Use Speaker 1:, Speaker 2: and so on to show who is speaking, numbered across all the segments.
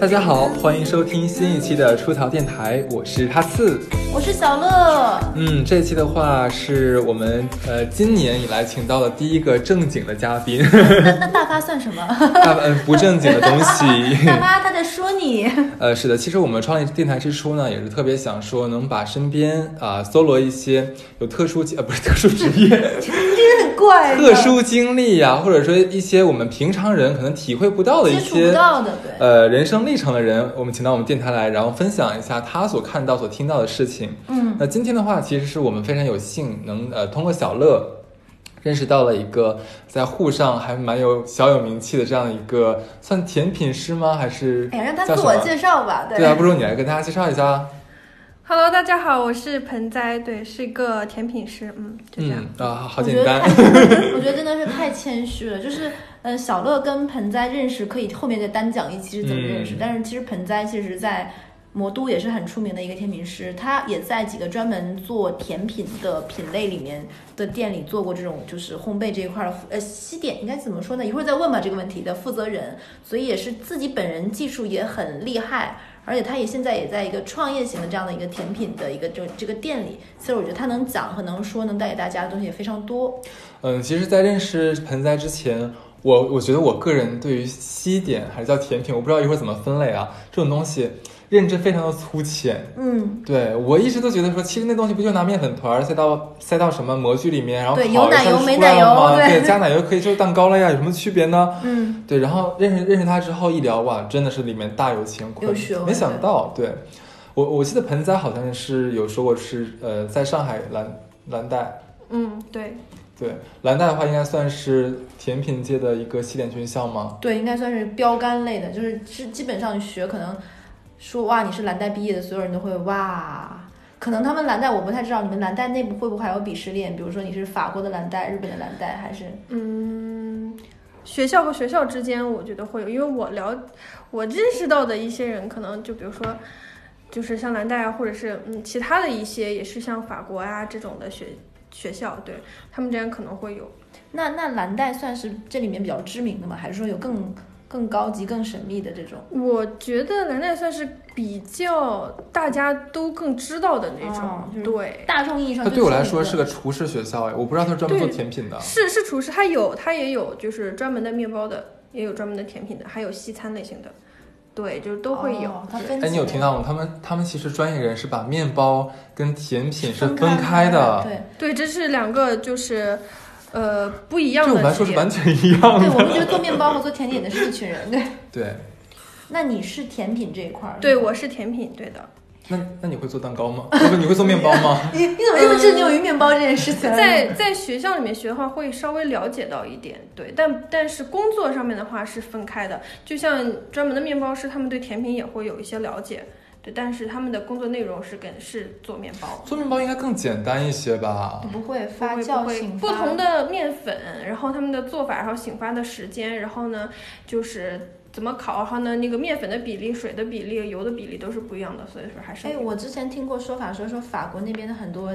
Speaker 1: 大家好，欢迎收听新一期的出逃电台，我是哈刺。
Speaker 2: 我是小乐，
Speaker 1: 嗯，这期的话是我们呃今年以来请到的第一个正经的嘉宾，
Speaker 2: 那那大发算什 么？
Speaker 1: 大嗯不正经的东西。
Speaker 2: 大发他在说你，
Speaker 1: 呃，是的，其实我们创立电台之初呢，也是特别想说能把身边啊、搜罗一些有特殊呃不是特殊职 业、
Speaker 2: 真的很怪的
Speaker 1: 特殊经历呀、或者说一些我们平常人可能体会不到的一
Speaker 2: 接触不
Speaker 1: 些。
Speaker 2: 到的，对。
Speaker 1: 呃，人生历程的人，我们请到我们电台来，然后分享一下他所看到、所听到的事情。
Speaker 2: 嗯，
Speaker 1: 那今天的话，其实是我们非常有幸能呃通过小乐。认识到了一个在沪上还蛮有小有名气的这样的一个，算甜品师吗？还是
Speaker 2: 哎呀，让他
Speaker 1: 叫
Speaker 2: 自
Speaker 1: 什么
Speaker 2: 我介绍吧，对。
Speaker 1: 对啊，不如你来跟大家介绍一下。
Speaker 3: Hello，大家好，我是盆栽，对，是个甜品师，嗯，就这样。
Speaker 1: 嗯啊，好
Speaker 2: 我觉
Speaker 1: 简
Speaker 2: 得
Speaker 1: 单
Speaker 2: 太。 我觉得真的是太谦虚了。就是，呃，小乐跟盆栽认识可以后面再单讲一期是怎么认识，
Speaker 1: 嗯
Speaker 2: 但是其实盆栽其实在魔都也是很出名的一个甜品师，他也在几个专门做甜品的品类里面的店里做过这种就是烘焙这一块儿的负，呃，西点应该怎么说呢？一会儿再问吧这个问题的负责人，所以也是自己本人技术也很厉害。而且他也现在也在一个创业型的这样的一个甜品的一个这这个店里，所以我觉得他能讲和能说能带给大家的东西也非常多。
Speaker 1: 嗯，其实，在认识盆栽之前，我我觉得我个人对于西点还是叫甜品，我不知道一会儿怎么分类啊，这种东西认知非常的粗浅。
Speaker 2: 嗯，
Speaker 1: 对我一直都觉得说，其实那东西不就拿面粉团儿塞到塞到什么模具里面，然后
Speaker 2: 对
Speaker 1: 烤
Speaker 2: 有
Speaker 1: 一下
Speaker 2: 奶油
Speaker 1: 就
Speaker 2: 没
Speaker 1: 出来
Speaker 2: 奶
Speaker 1: 了
Speaker 2: 油
Speaker 1: 吗
Speaker 2: 对
Speaker 1: 对，加奶油可以就是蛋糕了呀，有什么区别呢？
Speaker 2: 嗯，
Speaker 1: 对，然后认识认识他之后一聊，哇，真的是里面大有乾坤
Speaker 2: 有学，问
Speaker 1: 没想到，对我我记得盆栽好像是有说过是呃，在上海蓝蓝带，
Speaker 3: 嗯，对，
Speaker 1: 对蓝带的话应该算是甜品界的一个西点军校吗？
Speaker 2: 对，应该算是标杆类的，就是基基本上学可能说哇你是蓝带毕业的，所有人都会哇。可能他们蓝带我不太知道，你们蓝带内部会不会还有鄙视链？比如说你是法国的蓝带、日本的蓝带，还是
Speaker 3: 嗯，学校和学校之间，我觉得会有，因为我了，我认识到的一些人，可能就比如说，就是像蓝带啊，或者是嗯其他的一些，也是像法国啊这种的学学校，对他们之间可能会有。
Speaker 2: 那那蓝带算是这里面比较知名的吗？还是说有更更高级、更神秘的这种？
Speaker 3: 我觉得蓝带算是比较大家都更知道的那种，
Speaker 2: 哦就是
Speaker 3: 对。
Speaker 2: 大众意义上
Speaker 1: 它
Speaker 2: 最
Speaker 1: 对我来
Speaker 2: 知名
Speaker 1: 说
Speaker 2: 的
Speaker 1: 是个厨师学校哎，我不知道它是专门做甜品的。
Speaker 3: 是是厨师，他有他也有就是专门的面包的，也有专门的甜品的，还有西餐类型的，对，就是都会有。
Speaker 2: 哦它分
Speaker 1: 哎，你有
Speaker 2: 级
Speaker 1: 听到吗？他们他们其实专业人是把面包跟甜品是
Speaker 2: 分
Speaker 1: 分开的，
Speaker 2: 对，
Speaker 3: 对，这是两个就是呃不一样
Speaker 1: 对我
Speaker 3: 的
Speaker 1: 们来说是
Speaker 3: 职业
Speaker 1: 完全一样
Speaker 2: 对
Speaker 1: 的。
Speaker 2: 我们觉得做面包和做甜点的是一群人。对，
Speaker 1: 对，
Speaker 2: 那你是甜品这一块儿？
Speaker 3: 对，
Speaker 2: 是吗
Speaker 3: 我是甜品，对的。
Speaker 1: 那那你会做蛋糕吗？不是，你会做面包吗？
Speaker 2: 你你怎么这么执拗于面包这件事情？
Speaker 3: 嗯在在学校里面学的话，会稍微了解到一点，对，但但是工作上面的话是分开的，就像专门的面包师，他们对甜品也会有一些了解，对，但是他们的工作内容是跟是做面包。
Speaker 1: 做面包应该更简单一些吧？
Speaker 2: 不会
Speaker 3: 不
Speaker 2: 发
Speaker 3: 会
Speaker 2: 酵
Speaker 3: 不会
Speaker 2: 性
Speaker 3: 不
Speaker 2: 发
Speaker 3: 同的面粉，然后他们的做法，然后醒发的时间，然后呢就是怎么烤，然后呢那个面粉的比例、水的比例、油的比例都是不一样的，所以说还是
Speaker 2: 哎，我之前听过说法说说法国那边的很多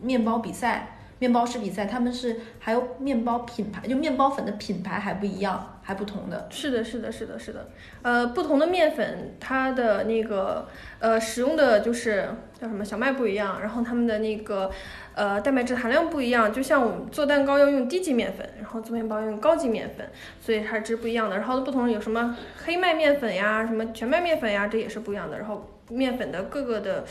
Speaker 2: 面包比赛、面包师比赛，他们是还有面包品牌，就面包粉的品牌还不一样，还不同的。
Speaker 3: 是的，是的，是的，是的，呃，不同的面粉，它的那个呃使用的就是叫什么小麦不一样，然后它们的那个呃蛋白质含量不一样。就像我们做蛋糕要用低级面粉，然后做面包用高级面粉，所以它是不一样的。然后不同有什么黑麦面粉呀，什么全麦面粉呀，这也是不一样的。然后面粉的各个的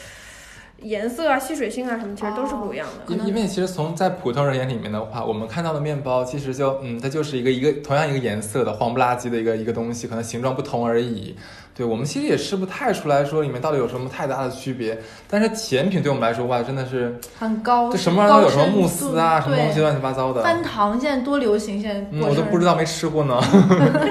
Speaker 3: 颜色啊、吸水性啊什么，其实都是不一样的。
Speaker 2: 可能
Speaker 1: 因因为其实从在普通人眼里面的话，我们看到的面包其实就嗯，它就是一个一个同样一个颜色的黄不拉几的一个一个东西，可能形状不同而已。对我们其实也吃不太出来说里面到底有什么太大的区别。但是甜品对我们来说哇，真的是
Speaker 2: 很高，
Speaker 1: 这什么玩意儿都有，
Speaker 2: 高
Speaker 1: 什么
Speaker 2: 深
Speaker 1: 慕
Speaker 2: 度
Speaker 1: 斯啊，什么东西
Speaker 2: 对
Speaker 1: 乱七八糟的。
Speaker 2: 翻糖现在多流行，现在
Speaker 1: 嗯，
Speaker 2: 过
Speaker 1: 我都
Speaker 2: 生日
Speaker 1: 不知道没吃过呢。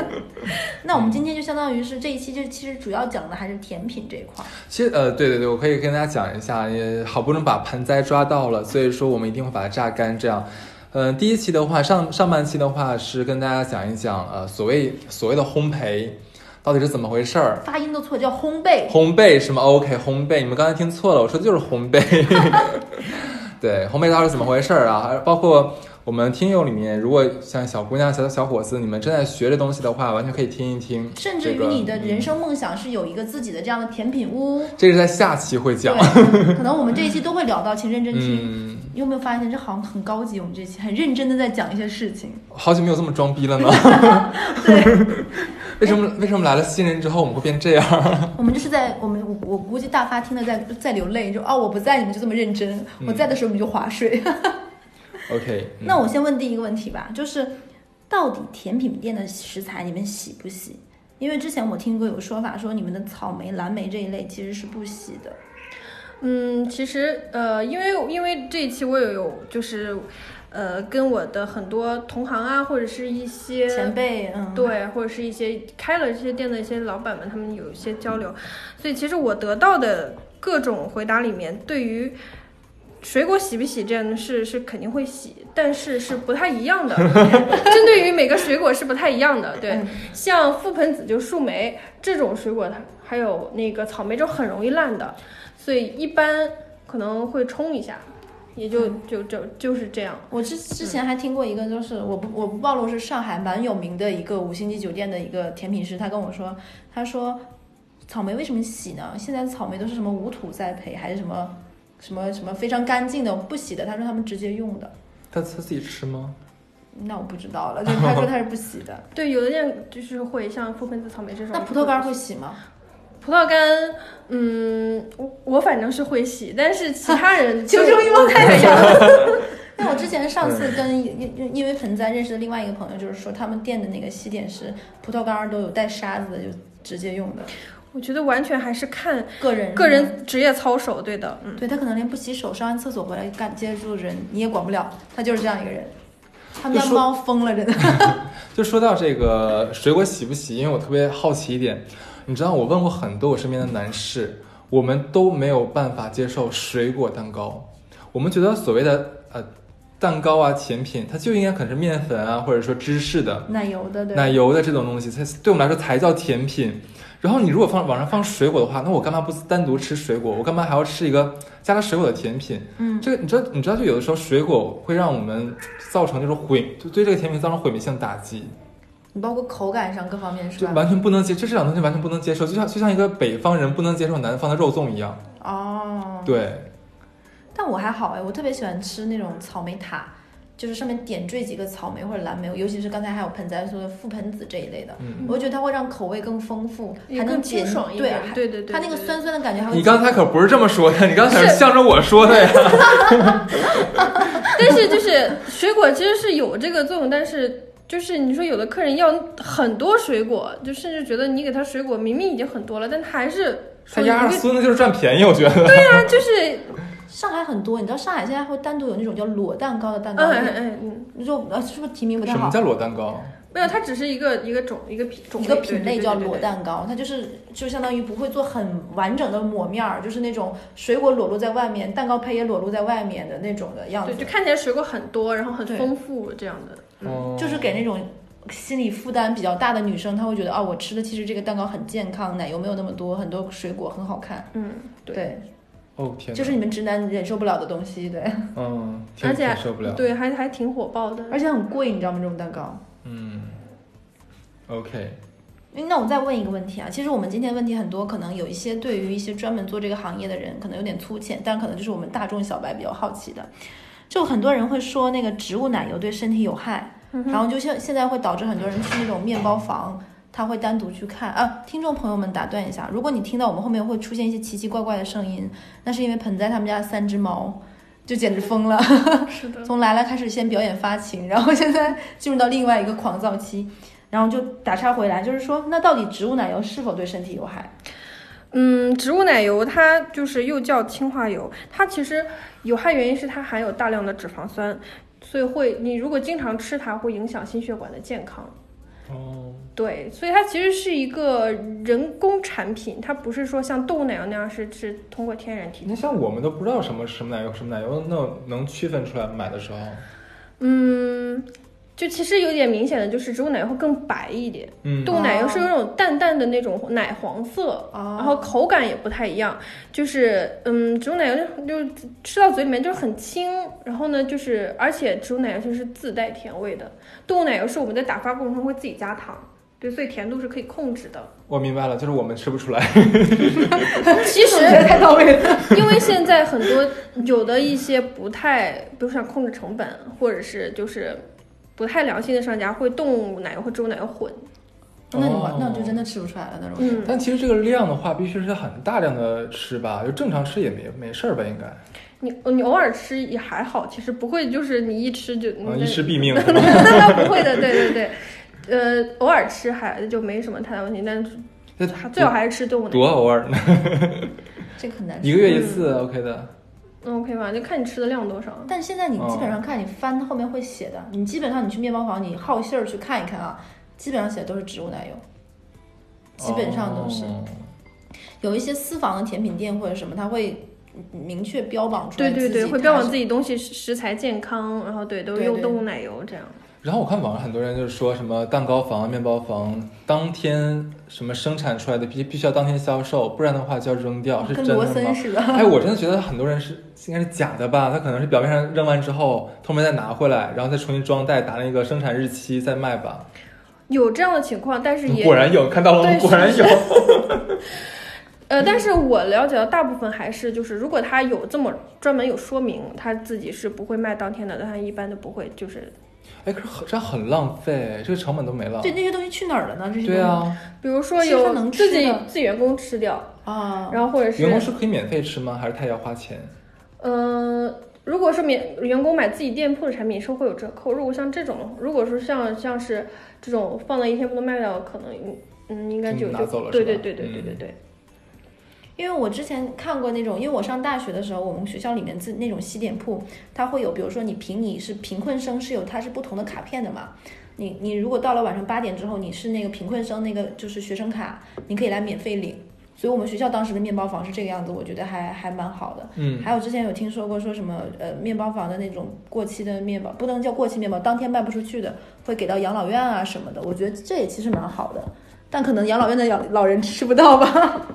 Speaker 2: 那我们今天就相当于是这一期，就其实主要讲的还是甜品这一块儿。
Speaker 1: 其实呃，对对对，我可以跟大家讲一下，也好不容易把盆栽抓到了，所以说我们一定会把它榨干。这样，嗯、第一期的话，上上半期的话是跟大家讲一讲，呃，所谓所谓的烘焙到底是怎么回事儿。
Speaker 2: 发音都错，叫烘焙。
Speaker 1: 烘焙什么 OK 烘焙，你们刚才听 错了，我说的就是烘焙。对，烘焙到底是怎么回事儿啊？包括我们听友里面，如果像小姑娘、小小伙子，你们正在学这东西的话，完全可以听一听。
Speaker 2: 甚至
Speaker 1: 这
Speaker 2: 于
Speaker 1: 个
Speaker 2: 你的人生梦想是有一个自己的这样的甜品屋，
Speaker 1: 嗯这是在下期会讲。
Speaker 2: 对，可能我们这一期都会聊到，请认真听。
Speaker 1: 嗯，
Speaker 2: 你有没有发现这好像很高级？我们这期很认真的在讲一些事情。
Speaker 1: 好久没有这么装逼了呢。 为什么为什么来了新人之后我们会变这样？
Speaker 2: 我们这是在我们我我估计大发听了在在流泪，就哦我不在你们就这么认真，我在的时候你就划水。
Speaker 1: OK，嗯、
Speaker 2: 那我先问第一个问题吧，就是到底甜品店的食材你们洗不洗？因为之前我听过有说法说你们的草莓、蓝莓这一类其实是不洗的。
Speaker 3: 嗯，其实呃，因为因为这一期我也有就是，呃，跟我的很多同行啊，或者是一些
Speaker 2: 前辈，嗯，，
Speaker 3: 对，或者是一些开了这些店的一些老板们，他们有一些交流，所以其实我得到的各种回答里面，对于水果洗不洗这样的事是肯定会洗，但是是不太一样 的，针对于每个水果是不太一样的。对
Speaker 2: 嗯，
Speaker 3: 像覆盆子就树莓这种水果，它还有那个草莓就很容易烂的，所以一般可能会冲一下，也就
Speaker 2: 嗯
Speaker 3: 就就就是这样。
Speaker 2: 我之
Speaker 3: 嗯
Speaker 2: 之前还听过一个，就是我不我不暴露是上海蛮有名的一个五星级酒店的一个甜品师，他跟我说，他说草莓为什么洗呢？现在草莓都是什么无土栽培，还是什么什么什么非常干净的不洗的？他说他们直接用的，
Speaker 1: 他他自己吃吗？
Speaker 2: 那我不知道了，就是他说他是不洗 的。
Speaker 3: 对，有的店就是会像覆盆子草莓这种。
Speaker 2: 那葡萄干会洗吗？
Speaker 3: 葡萄干，嗯，我我反正是会洗，但是其他人
Speaker 2: 求
Speaker 3: 就
Speaker 2: 生欲望太
Speaker 3: 没有。
Speaker 2: 那我之前上次跟因因因为盆栽认识的另外一个朋友，就是说他们店的那个西点是葡萄干儿都有带沙子的，就直接用的。
Speaker 3: 我觉得完全还是看
Speaker 2: 个人
Speaker 3: 个人职业操守，对的，嗯。
Speaker 2: 对他可能连不洗手上完厕所回来干接触人你也管不了，他就是这样一个人。他们家
Speaker 1: 就说
Speaker 2: 猫疯了，真 的。
Speaker 1: 就说到这个水果洗不洗，因为我特别好奇一点，你知道我问过很多我身边的男士，我们都没有办法接受水果蛋糕，我们觉得所谓的呃蛋糕啊甜品，它就应该可能是面粉啊或者说芝士的、
Speaker 2: 奶油的，对。
Speaker 1: 奶油的这种东西，才对我们来说才叫甜品。然后你如果放往上放水果的话，那我干嘛不单独吃水果？我干嘛还要吃一个加了水果的甜品？
Speaker 2: 嗯，
Speaker 1: 这个你知道，你知道，就有的时候水果会让我们造成这种毁，就对这个甜品造成毁灭性打击。
Speaker 2: 你包括口感上各方面是
Speaker 1: 就
Speaker 2: 吧？
Speaker 1: 完全不能接，就这两个东西完全不能接受，就像就像一个北方人不能接受南方的肉粽一样。
Speaker 2: 哦。
Speaker 1: 对，
Speaker 2: 但我还好哎，我特别喜欢吃那种草莓塔，就是上面点缀几个草莓或者蓝莓，尤其是刚才还有盆栽说的覆盆子这一类的，
Speaker 1: 嗯
Speaker 2: 我就觉得它会让口味更丰富，
Speaker 3: 也
Speaker 2: 还能
Speaker 3: 更清
Speaker 2: 解
Speaker 3: 爽一
Speaker 2: 对
Speaker 3: 点
Speaker 2: 还
Speaker 3: 对对对
Speaker 2: 它那个
Speaker 3: 对对
Speaker 2: 酸酸的感觉还会。
Speaker 1: 你刚才可不是这么说 的，你刚才是向着我说的呀。
Speaker 3: 但是就是水果其实是有这个作用，但是就是你说有的客人要很多水果，就甚至觉得你给他水果明明已经很多了，但他还是
Speaker 1: 他
Speaker 3: 说
Speaker 1: 压着
Speaker 3: 你
Speaker 1: 孙子就是占便宜，我觉得。
Speaker 3: 对啊，就是
Speaker 2: 上海很多，你知道上海现在会单独有那种叫裸蛋糕的蛋
Speaker 3: 嗯
Speaker 2: 糕
Speaker 3: 嗯
Speaker 2: 店，
Speaker 3: 嗯嗯，
Speaker 2: 就呃是不是提名不太
Speaker 1: 什
Speaker 2: 好
Speaker 1: 么？叫裸蛋糕？
Speaker 3: 没有，它只是一个一个种一个品种
Speaker 2: 一个
Speaker 3: 类
Speaker 2: 品类叫裸。
Speaker 3: 对对对对对
Speaker 2: 蛋糕，它就是就相当于不会做很完整的抹面儿，就是那种水果裸露在外面，蛋糕胚也裸露在外面的那种的样
Speaker 3: 对，
Speaker 2: 子，
Speaker 3: 就看起来水果很多，然后很
Speaker 2: 对
Speaker 3: 丰富这样的。
Speaker 1: 哦
Speaker 2: 就是给那种心理负担比较大的女生，她会觉得啊，我吃的其实这个蛋糕很健康，奶油没有那么多，很多水果很好看，
Speaker 3: 嗯，对
Speaker 2: 对，
Speaker 1: 哦天哪，
Speaker 2: 就是你们直男忍受不了的东西， 对，
Speaker 1: 嗯，挺
Speaker 3: 而且
Speaker 1: 挺受不了。
Speaker 3: 对，还还挺火爆的。
Speaker 2: 而且很贵，你知道吗？这种蛋糕。
Speaker 1: 嗯，OK，
Speaker 2: 那我再问一个问题啊，其实我们今天问题很多，可能有一些对于一些专门做这个行业的人，可能有点粗浅，但可能就是我们大众小白比较好奇的。就很多人会说那个植物奶油对身体有害，然后就现现在会导致很多人去那种面包房，他会单独去看啊。听众朋友们，打断一下，如果你听到我们后面会出现一些奇奇怪怪的声音，那是因为盆栽他们家的三只猫就简直疯了。
Speaker 3: 是的，
Speaker 2: 从来来开始先表演发情， 然后现在进入到另外一个狂躁期，然后就打岔回来，就是说，那到底植物奶油是否对身体有害？
Speaker 3: 嗯，植物奶油它就是又叫氢化油，它其实有害原因是它含有大量的脂肪酸，所以会你如果经常吃它，会影响心血管的健康。
Speaker 1: 哦，
Speaker 3: 对，所以它其实是一个人工产品，它不是说像动物奶油那样是是通过天然提取。
Speaker 1: 那像我们都不知道什么什么奶油什么奶油，那能区分出来吗买的时候？
Speaker 3: 嗯，就其实有点明显的就是植物奶油会更白一点，
Speaker 1: 嗯
Speaker 3: 动物奶油是有那种淡淡的那种奶黄色，
Speaker 2: 哦
Speaker 3: 然后口感也不太一样，就是嗯，植物奶油就就吃到嘴里面就是很轻，然后呢就是而且植物奶油其实是自带甜味的，动物奶油是我们在打发过程中会自己加糖，对，所以甜度是可以控制的。
Speaker 1: 我明白了，就是我们吃不出 来。
Speaker 3: 其实
Speaker 2: 总结得太到位了。
Speaker 3: 因为现在很多有的一些不太，比如像控制成本，或者是就是不太良心的商家会动物奶油和植物奶油混。
Speaker 2: 那你完，那就真
Speaker 1: 的。
Speaker 2: 的吃不出来了那种。
Speaker 3: 嗯，
Speaker 1: 但其实这个量的话，必须是很大量的吃吧，就正常吃也没没事儿吧，应该。
Speaker 3: 你你偶尔吃也还好，其实不会就是你一吃
Speaker 2: 嗯
Speaker 3: 就、
Speaker 1: 啊，
Speaker 3: 那
Speaker 1: 一吃毙命。
Speaker 3: 那那不会的，对对对。呃，偶尔吃还就没什么太大问题，但是
Speaker 1: 这
Speaker 3: 还最好还是吃动物奶
Speaker 1: 多
Speaker 3: 油。
Speaker 1: 偶尔呢，
Speaker 2: 这个很难
Speaker 1: 一
Speaker 2: 说。
Speaker 1: 个月一次，OK 的。
Speaker 3: 嗯，OK 吧，就看你吃的量多少。
Speaker 2: 但现在你基本上看，你翻后面会写的，你基本上你去面包房，你好信儿去看一看啊，基本上写的都是植物奶油，基本上都是。
Speaker 1: 哦
Speaker 2: 有一些私房的甜品店或者什么，它会明确标榜出来
Speaker 3: 对
Speaker 2: 自
Speaker 3: 对
Speaker 2: 己
Speaker 3: 对，会标榜自
Speaker 2: 己。
Speaker 3: 己东西食食材健康，然后对都
Speaker 2: 对
Speaker 3: 用
Speaker 2: 对
Speaker 3: 动物奶油这样。
Speaker 1: 然后我看网上很多人就是说什么蛋糕房、面包房当天什么生产出来的必必须要当天销售，不然的话就要扔掉，是
Speaker 2: 跟
Speaker 1: 真
Speaker 2: 罗
Speaker 1: 的
Speaker 2: 森
Speaker 1: 吗？
Speaker 2: 似的，
Speaker 1: 哎，我真的觉得很多人是应该是假的吧，他可能是表面上扔完之后，后面再拿回来，然后再重新装袋，打那个生产日期再卖吧。
Speaker 3: 有这样的情况，但是也
Speaker 1: 果然有，看到了吗？
Speaker 3: 对
Speaker 1: 果然有。
Speaker 3: 呃，但是我了解到大部分还是就是，如果他有这么专门有说明，他自己是不会卖当天的，但他一般都不会，就是
Speaker 1: 哎，可是很这样很浪费，这个成本都没了。
Speaker 2: 对那些东西去哪儿了呢？这些
Speaker 1: 对啊，
Speaker 3: 比如说
Speaker 2: 其实他
Speaker 3: 有
Speaker 2: 能
Speaker 3: 自
Speaker 2: 吃
Speaker 3: 己
Speaker 2: 的
Speaker 3: 自己员工吃掉，
Speaker 2: 东西啊，
Speaker 3: 然后或者是
Speaker 1: 员工是可以免费吃吗？还是他也要花钱？
Speaker 3: 嗯、如果是免员工买自己店铺的产品是会有折扣，如果像这种，如果说像像是这种放了一天不能卖掉，可能嗯应该
Speaker 1: 就
Speaker 3: 就
Speaker 1: 拿
Speaker 3: 就
Speaker 1: 走了
Speaker 3: 对
Speaker 1: 是
Speaker 3: 对
Speaker 1: 吧
Speaker 3: 对对对
Speaker 1: 嗯
Speaker 3: 对对，
Speaker 2: 因为我之前看过那种，因为我上大学的时候，我们学校里面自那种西点铺，它会有，比如说你凭你是贫困生是有它是不同的卡片的嘛。你你如果到了晚上八点之后，你是那个贫困生那个就是学生卡，你可以来免费领。所以我们学校当时的面包房是这个样子，我觉得还还蛮好的。
Speaker 1: 嗯，
Speaker 2: 还有之前有听说过说什么呃面包房的那种过期的面包，不能叫过期面包，当天卖不出去的会给到养老院啊什么的，我觉得这也其实蛮好的，但可能养老院的养老人吃不到吧，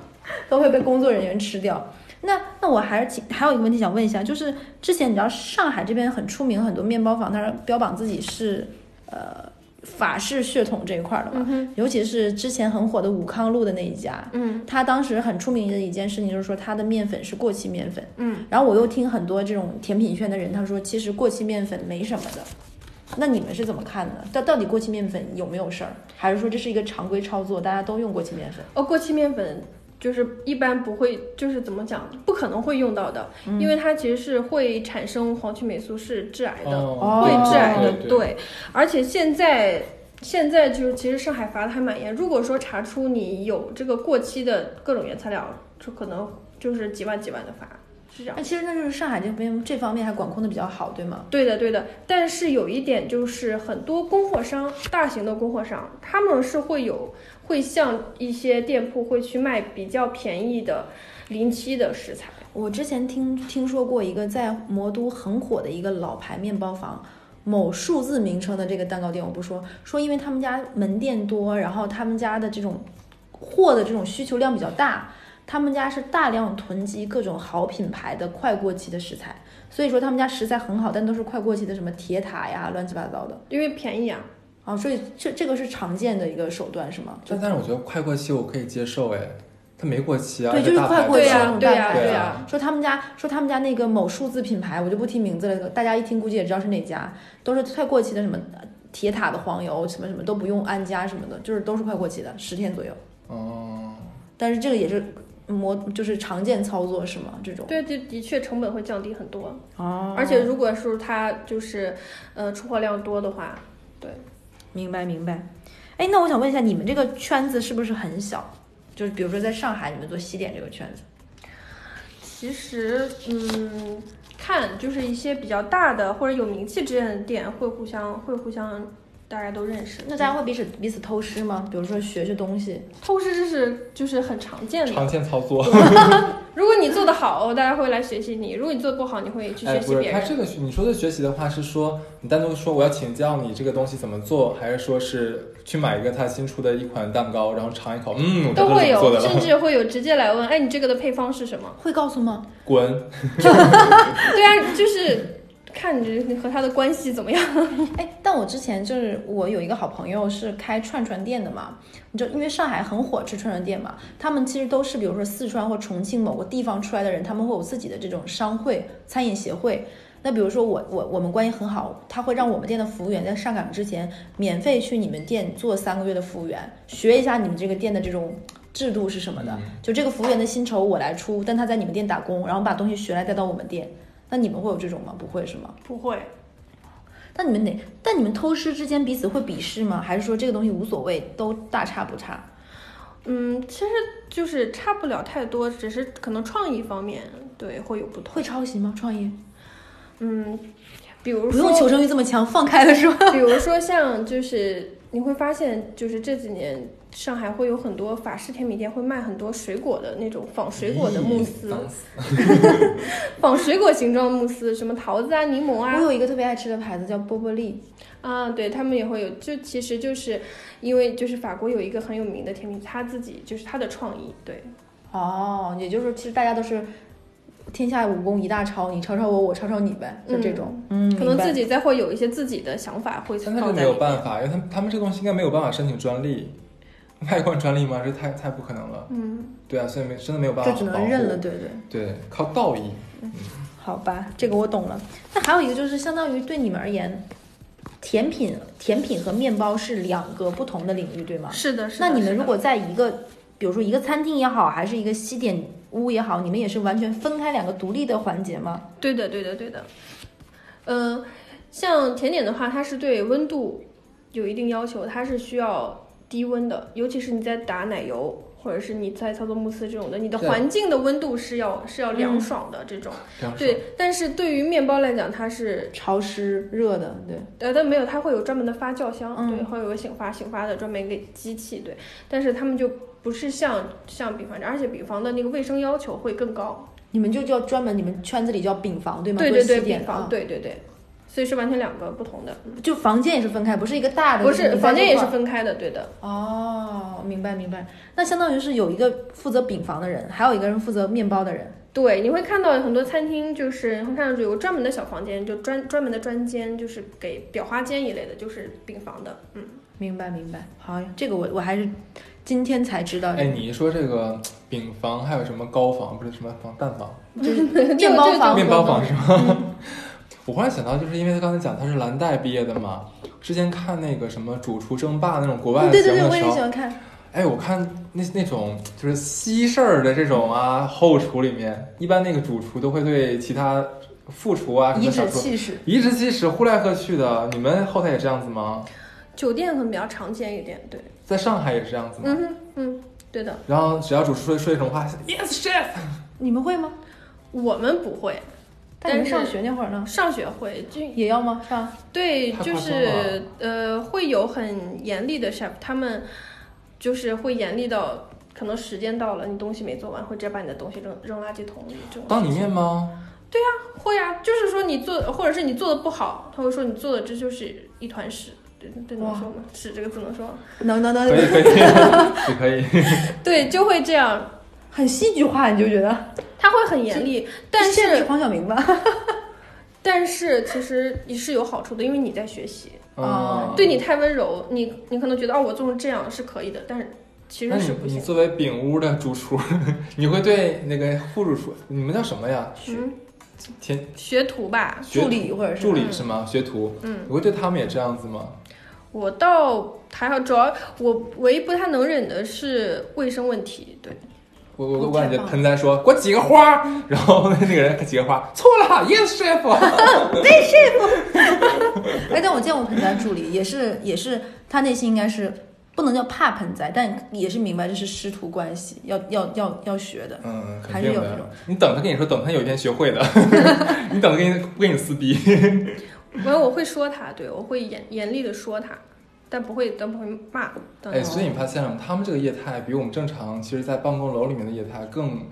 Speaker 2: 都会被工作人员吃掉。那那我还是请还有一个问题想问一下，就是之前你知道上海这边很出名很多面包房，它标榜自己是呃法式血统这一块儿的嘛，
Speaker 3: 嗯哼，
Speaker 2: 尤其是之前很火的武康路的那一家，
Speaker 3: 嗯
Speaker 2: 他当时很出名的一件事情就是说他的面粉是过期面粉。
Speaker 3: 嗯，
Speaker 2: 然后我又听很多这种甜品圈的人，他说其实过期面粉没什么的。那你们是怎么看的？到到底过期面粉有没有事儿？还是说这是一个常规操作，大家都用过期面粉？
Speaker 3: 哦，过期面粉就是一般不会，就是怎么讲，不可能会用到的，因为它其实是会产生黄曲霉素，是致癌的，
Speaker 1: 哦
Speaker 3: 会
Speaker 2: 哦
Speaker 3: 致癌的。
Speaker 1: 对对对
Speaker 3: 对，而且现在。现在就是，其实上海罚的还蛮严。如果说查出你有这个过期的各种原材料，就可能就是几万几万的罚，是这样
Speaker 2: 那。其实那就是上海这边这方面还管控的比较好，对吗？
Speaker 3: 对的，对的。但是有一点就是，很多供货商，大型的供货商，他们是会有会向一些店铺会去卖比较便宜的临期的食材。
Speaker 2: 我之前听听说过一个在魔都很火的一个老牌面包房，某数字名称的这个蛋糕店，我不说，说因为他们家门店多，然后他们家的这种货的这种需求量比较大，他们家是大量囤积各种好品牌的快过期的食材，所以说他们家食材很好，但都是快过期的，什么铁塔呀，乱七八糟的
Speaker 3: 因为便宜啊，
Speaker 2: 啊，所以这这个是常见的一个手段是吗？就
Speaker 1: 但但是我觉得快过期我可以接受，哎，它没过期啊，
Speaker 2: 对，
Speaker 1: 而
Speaker 2: 就
Speaker 1: 且
Speaker 2: 是
Speaker 1: 大牌子
Speaker 2: 快过期
Speaker 3: 对
Speaker 2: 那
Speaker 3: 呀
Speaker 2: 种
Speaker 3: 对
Speaker 2: 大
Speaker 3: 呀
Speaker 2: 牌子。啊
Speaker 1: 对
Speaker 3: 呀
Speaker 2: 说他们家说他们家那个某数字品牌，我就不提名字了，大家一听估计也知道是哪家，都是快过期的什么铁塔的黄油，什么什么都不用安佳什么的，就是都是快过期的，十天左右。
Speaker 1: 哦，
Speaker 2: 但是这个也是模，就是常见操作是吗？这种
Speaker 3: 对对，的确成本会降低很多。
Speaker 2: 哦
Speaker 3: 而且如果说它就是，呃，出货量多的话，
Speaker 2: 明白明白。哎，那我想问一下，你们这个圈子是不是很小？就是比如说在上海，你们做西点这个圈子，
Speaker 3: 其实，嗯，看就是一些比较大的或者有名气之类的店会互相会互相，大家都认识。嗯
Speaker 2: 那大家会彼此彼此偷师吗？比如说学学东西，
Speaker 3: 偷师这是就是很常见的。
Speaker 1: 常见操作，
Speaker 3: 如果你做的好，大家会来学习你；如果你做的不好，你会去
Speaker 1: 哎，
Speaker 3: 学习
Speaker 1: 不是，
Speaker 3: 别
Speaker 1: 他
Speaker 3: 人。
Speaker 1: 这个学你说的学习的话，是说你单独说我要请教你这个东西怎么做，还是说是去买一个他新出的一款蛋糕，然后尝一口，嗯，
Speaker 3: 都
Speaker 1: 我
Speaker 3: 会
Speaker 1: 知道怎么做
Speaker 3: 有，
Speaker 1: 的
Speaker 3: 甚
Speaker 1: 了，
Speaker 3: 至会有直接来问，哎，你这个的配方是什么？
Speaker 2: 会告诉吗？
Speaker 1: 滚，
Speaker 3: 对啊，就是看你你和他的关系怎么样。
Speaker 2: 哎，但我之前就是我有一个好朋友是开串串店的嘛，你就因为上海很火吃串串店嘛，他们其实都是比如说四川或重庆某个地方出来的人，他们会有自己的这种商会、餐饮协会。那比如说我我我们关系很好，他会让我们店的服务员在上岗之前免费去你们店做三个月的服务员，学一下你们这个店的这种制度是什么的。就这个服务员的薪酬我来出，但他在你们店打工，然后把东西学来带到我们店。那你们会有这种吗？不会是吗？
Speaker 3: 不会，
Speaker 2: 但你们哪？但你们偷师之间彼此会鄙视吗？还是说这个东西无所谓，都大差不差？
Speaker 3: 嗯，其实就是差不了太多，只是可能创意方面对会有不同。
Speaker 2: 会抄袭吗？创业
Speaker 3: 嗯，比如
Speaker 2: 不用求
Speaker 3: 说，
Speaker 2: 生欲这么强，放开了是 吧？
Speaker 3: 比如说像就是你会发现，就是这几年上海会有很多法式甜品店会卖很多水果的那种仿水果的慕斯，
Speaker 1: 脏死
Speaker 3: 仿水果形状慕斯，什么桃子啊、柠檬啊
Speaker 2: 我，有一个特别爱吃的牌子叫波波利，
Speaker 3: 啊，对他们也会有，就其实就是因为就是法国有一个很有名的甜品，他自己就是他的创意，对，
Speaker 2: 哦，也就是说其实大家都是天下武功一大抄，你抄抄我，我抄抄你呗，就这种，嗯，
Speaker 3: 可能
Speaker 2: 明白
Speaker 3: 自己再会有一些自己的想法会
Speaker 1: 现在是
Speaker 3: 放
Speaker 1: 没
Speaker 3: 在里
Speaker 1: 有
Speaker 3: 面。
Speaker 1: 办法，因为他们他们这个东西应该没有办法申请专利，外观专利吗？这太太不可能了。
Speaker 3: 嗯，
Speaker 1: 对啊，所以没真的没有办法
Speaker 2: 就
Speaker 1: 保护，
Speaker 2: 只能认了，对对。
Speaker 1: 对，靠道义。
Speaker 2: 好吧，这个我懂了。那还有一个就是，相当于对你们而言，甜品、甜品和面包是两个不同的领域，对吗？
Speaker 3: 是的，是的。
Speaker 2: 那你
Speaker 3: 是
Speaker 2: 们
Speaker 3: 的
Speaker 2: 如果在一个，比如说一个餐厅也好，还是一个西点屋也好，你们也是完全分开两个独立的环节吗？
Speaker 3: 对的，对的，对的。呃，像甜点的话，它是对温度有一定要求，它是需要低温的，尤其是你在打奶油或者是你在操作慕斯这种的，你的
Speaker 2: 啊
Speaker 1: 对
Speaker 3: 环境的温度是要是要凉
Speaker 2: 嗯
Speaker 3: 爽的这种。
Speaker 1: 这样说，
Speaker 2: 啊
Speaker 3: 对，但是对于面包来讲，它是
Speaker 2: 潮湿热的，对，
Speaker 3: 呃，但没有，它会有专门的发酵箱，
Speaker 2: 嗯
Speaker 3: 对，会有个醒发醒发的专门给机器，对。但是他们就不是像像比方，而且比方的那个卫生要求会更高，
Speaker 2: 你们就叫专门你们圈子里叫饼房，对吗？
Speaker 3: 对
Speaker 2: 不是
Speaker 3: 对对，
Speaker 2: 西
Speaker 3: 比
Speaker 2: 点
Speaker 3: 方，
Speaker 2: 啊，
Speaker 3: 对对对，所以是完全两个不同的，
Speaker 2: 就房间也是分开，不是一个大的，
Speaker 3: 不
Speaker 2: 你
Speaker 3: 是
Speaker 2: 在
Speaker 3: 房间
Speaker 2: 这
Speaker 3: 也是
Speaker 2: 块儿
Speaker 3: 分开的，对的，
Speaker 2: 哦，明白明白。那相当于是有一个负责饼房的人，还有一个人负责面包的人。
Speaker 3: 对，你会看到很多餐厅，就是你会看到有专门的小房间，就专专门的专间，就是给裱花间一类的，就是饼房的，嗯。
Speaker 2: 明白明白，好，这个我我还是今天才知道，
Speaker 1: 哎，你一说这个饼房，还有什么糕房，不是什么房蛋房，
Speaker 2: 就是
Speaker 3: 就
Speaker 2: 面包嗯
Speaker 3: 就
Speaker 2: 房、
Speaker 1: 面包房是吗？ 我忽然想到，就是因为他刚才讲他是蓝带毕业的嘛，之前看那个什么《主厨争霸》那种国外
Speaker 2: 嗯
Speaker 1: 的
Speaker 2: 对
Speaker 1: 节
Speaker 2: 对对，
Speaker 1: 目
Speaker 2: 我
Speaker 1: 的时
Speaker 2: 也喜
Speaker 1: 候，
Speaker 2: 欢看。
Speaker 1: 哎，我看那那种就是西式儿的这种啊，后厨里面，一般那个主厨都会对其他副厨啊什么
Speaker 2: 颐
Speaker 1: 小
Speaker 2: 指
Speaker 1: 厨
Speaker 2: 气使，
Speaker 1: 颐指气使，呼来喝去的。你们后台也这样子吗？
Speaker 3: 酒店可能比较常见一点，对，
Speaker 1: 在上海也是这样子吗？
Speaker 3: 嗯哼，嗯，对的，
Speaker 1: 然后只要主厨说说一种话，Yes chef，
Speaker 2: 你们会吗？
Speaker 3: 我们不会，
Speaker 2: 但你们
Speaker 3: 但
Speaker 2: 上
Speaker 3: 是
Speaker 2: 学那会儿呢，
Speaker 3: 上学会就
Speaker 2: 也要吗？上
Speaker 3: 对，
Speaker 1: 太
Speaker 3: 就
Speaker 1: 夸张
Speaker 3: 是呃，会有很严厉的 chef，他们就是会严厉到，可能时间到了，你东西没做完，会直接把你的东西扔扔垃圾桶里。这种
Speaker 1: 当你面吗？
Speaker 3: 会啊，就是说你做，或者是你做的不好，他会说你做的这就是一团屎。对对，能
Speaker 2: 哇
Speaker 3: 说吗？屎这个字能说吗？
Speaker 2: 能能
Speaker 1: 可以
Speaker 2: 能，
Speaker 1: 可以， 也可以。
Speaker 3: 对，就会这样，
Speaker 2: 很戏剧化，你就觉得。
Speaker 3: 他会很严厉，但
Speaker 2: 这不是
Speaker 3: 是
Speaker 2: 黄晓明吧？
Speaker 3: 但是其实也是有好处的，因为你在学习，
Speaker 2: 哦
Speaker 1: 嗯，
Speaker 3: 对你太温柔，你你可能觉得哦，我做成这样是可以的，但是其
Speaker 1: 那
Speaker 3: 实
Speaker 1: 你
Speaker 3: 是不
Speaker 1: 你
Speaker 3: 行。
Speaker 1: 作为饼屋的主厨， 你会对那个副主厨，你们叫什么呀？
Speaker 3: 嗯，
Speaker 1: 前
Speaker 3: 学徒吧，
Speaker 1: 学
Speaker 2: 助理或者是
Speaker 1: 助理是吗？学徒，
Speaker 3: 嗯，
Speaker 1: 你会对他们也这样子吗？
Speaker 3: 我倒还好，主要我唯一不太能忍的是卫生问题。对，
Speaker 1: 我我
Speaker 2: 哦
Speaker 1: 我感
Speaker 2: 太
Speaker 1: 觉
Speaker 2: 棒了
Speaker 1: 盆栽说给我几个花儿，然后 那个人几个花错了，yes chef，
Speaker 2: 哎，但我见过盆栽助理，也是也是，他内心应该是不能叫怕盆栽，但也是明白这是师徒关系，要要要要学的。
Speaker 1: 嗯，肯
Speaker 2: 还是
Speaker 1: 定
Speaker 2: 有这种
Speaker 1: 的。你等他跟你说，等他有一天学会的， 你等他跟你不跟你撕逼，
Speaker 3: 完我会说他，对我会严严厉的说他，但不会但不会骂。但
Speaker 1: 哎，所以你发现了吗？他们这个业态比我们正常，其实在办公楼里面的业态更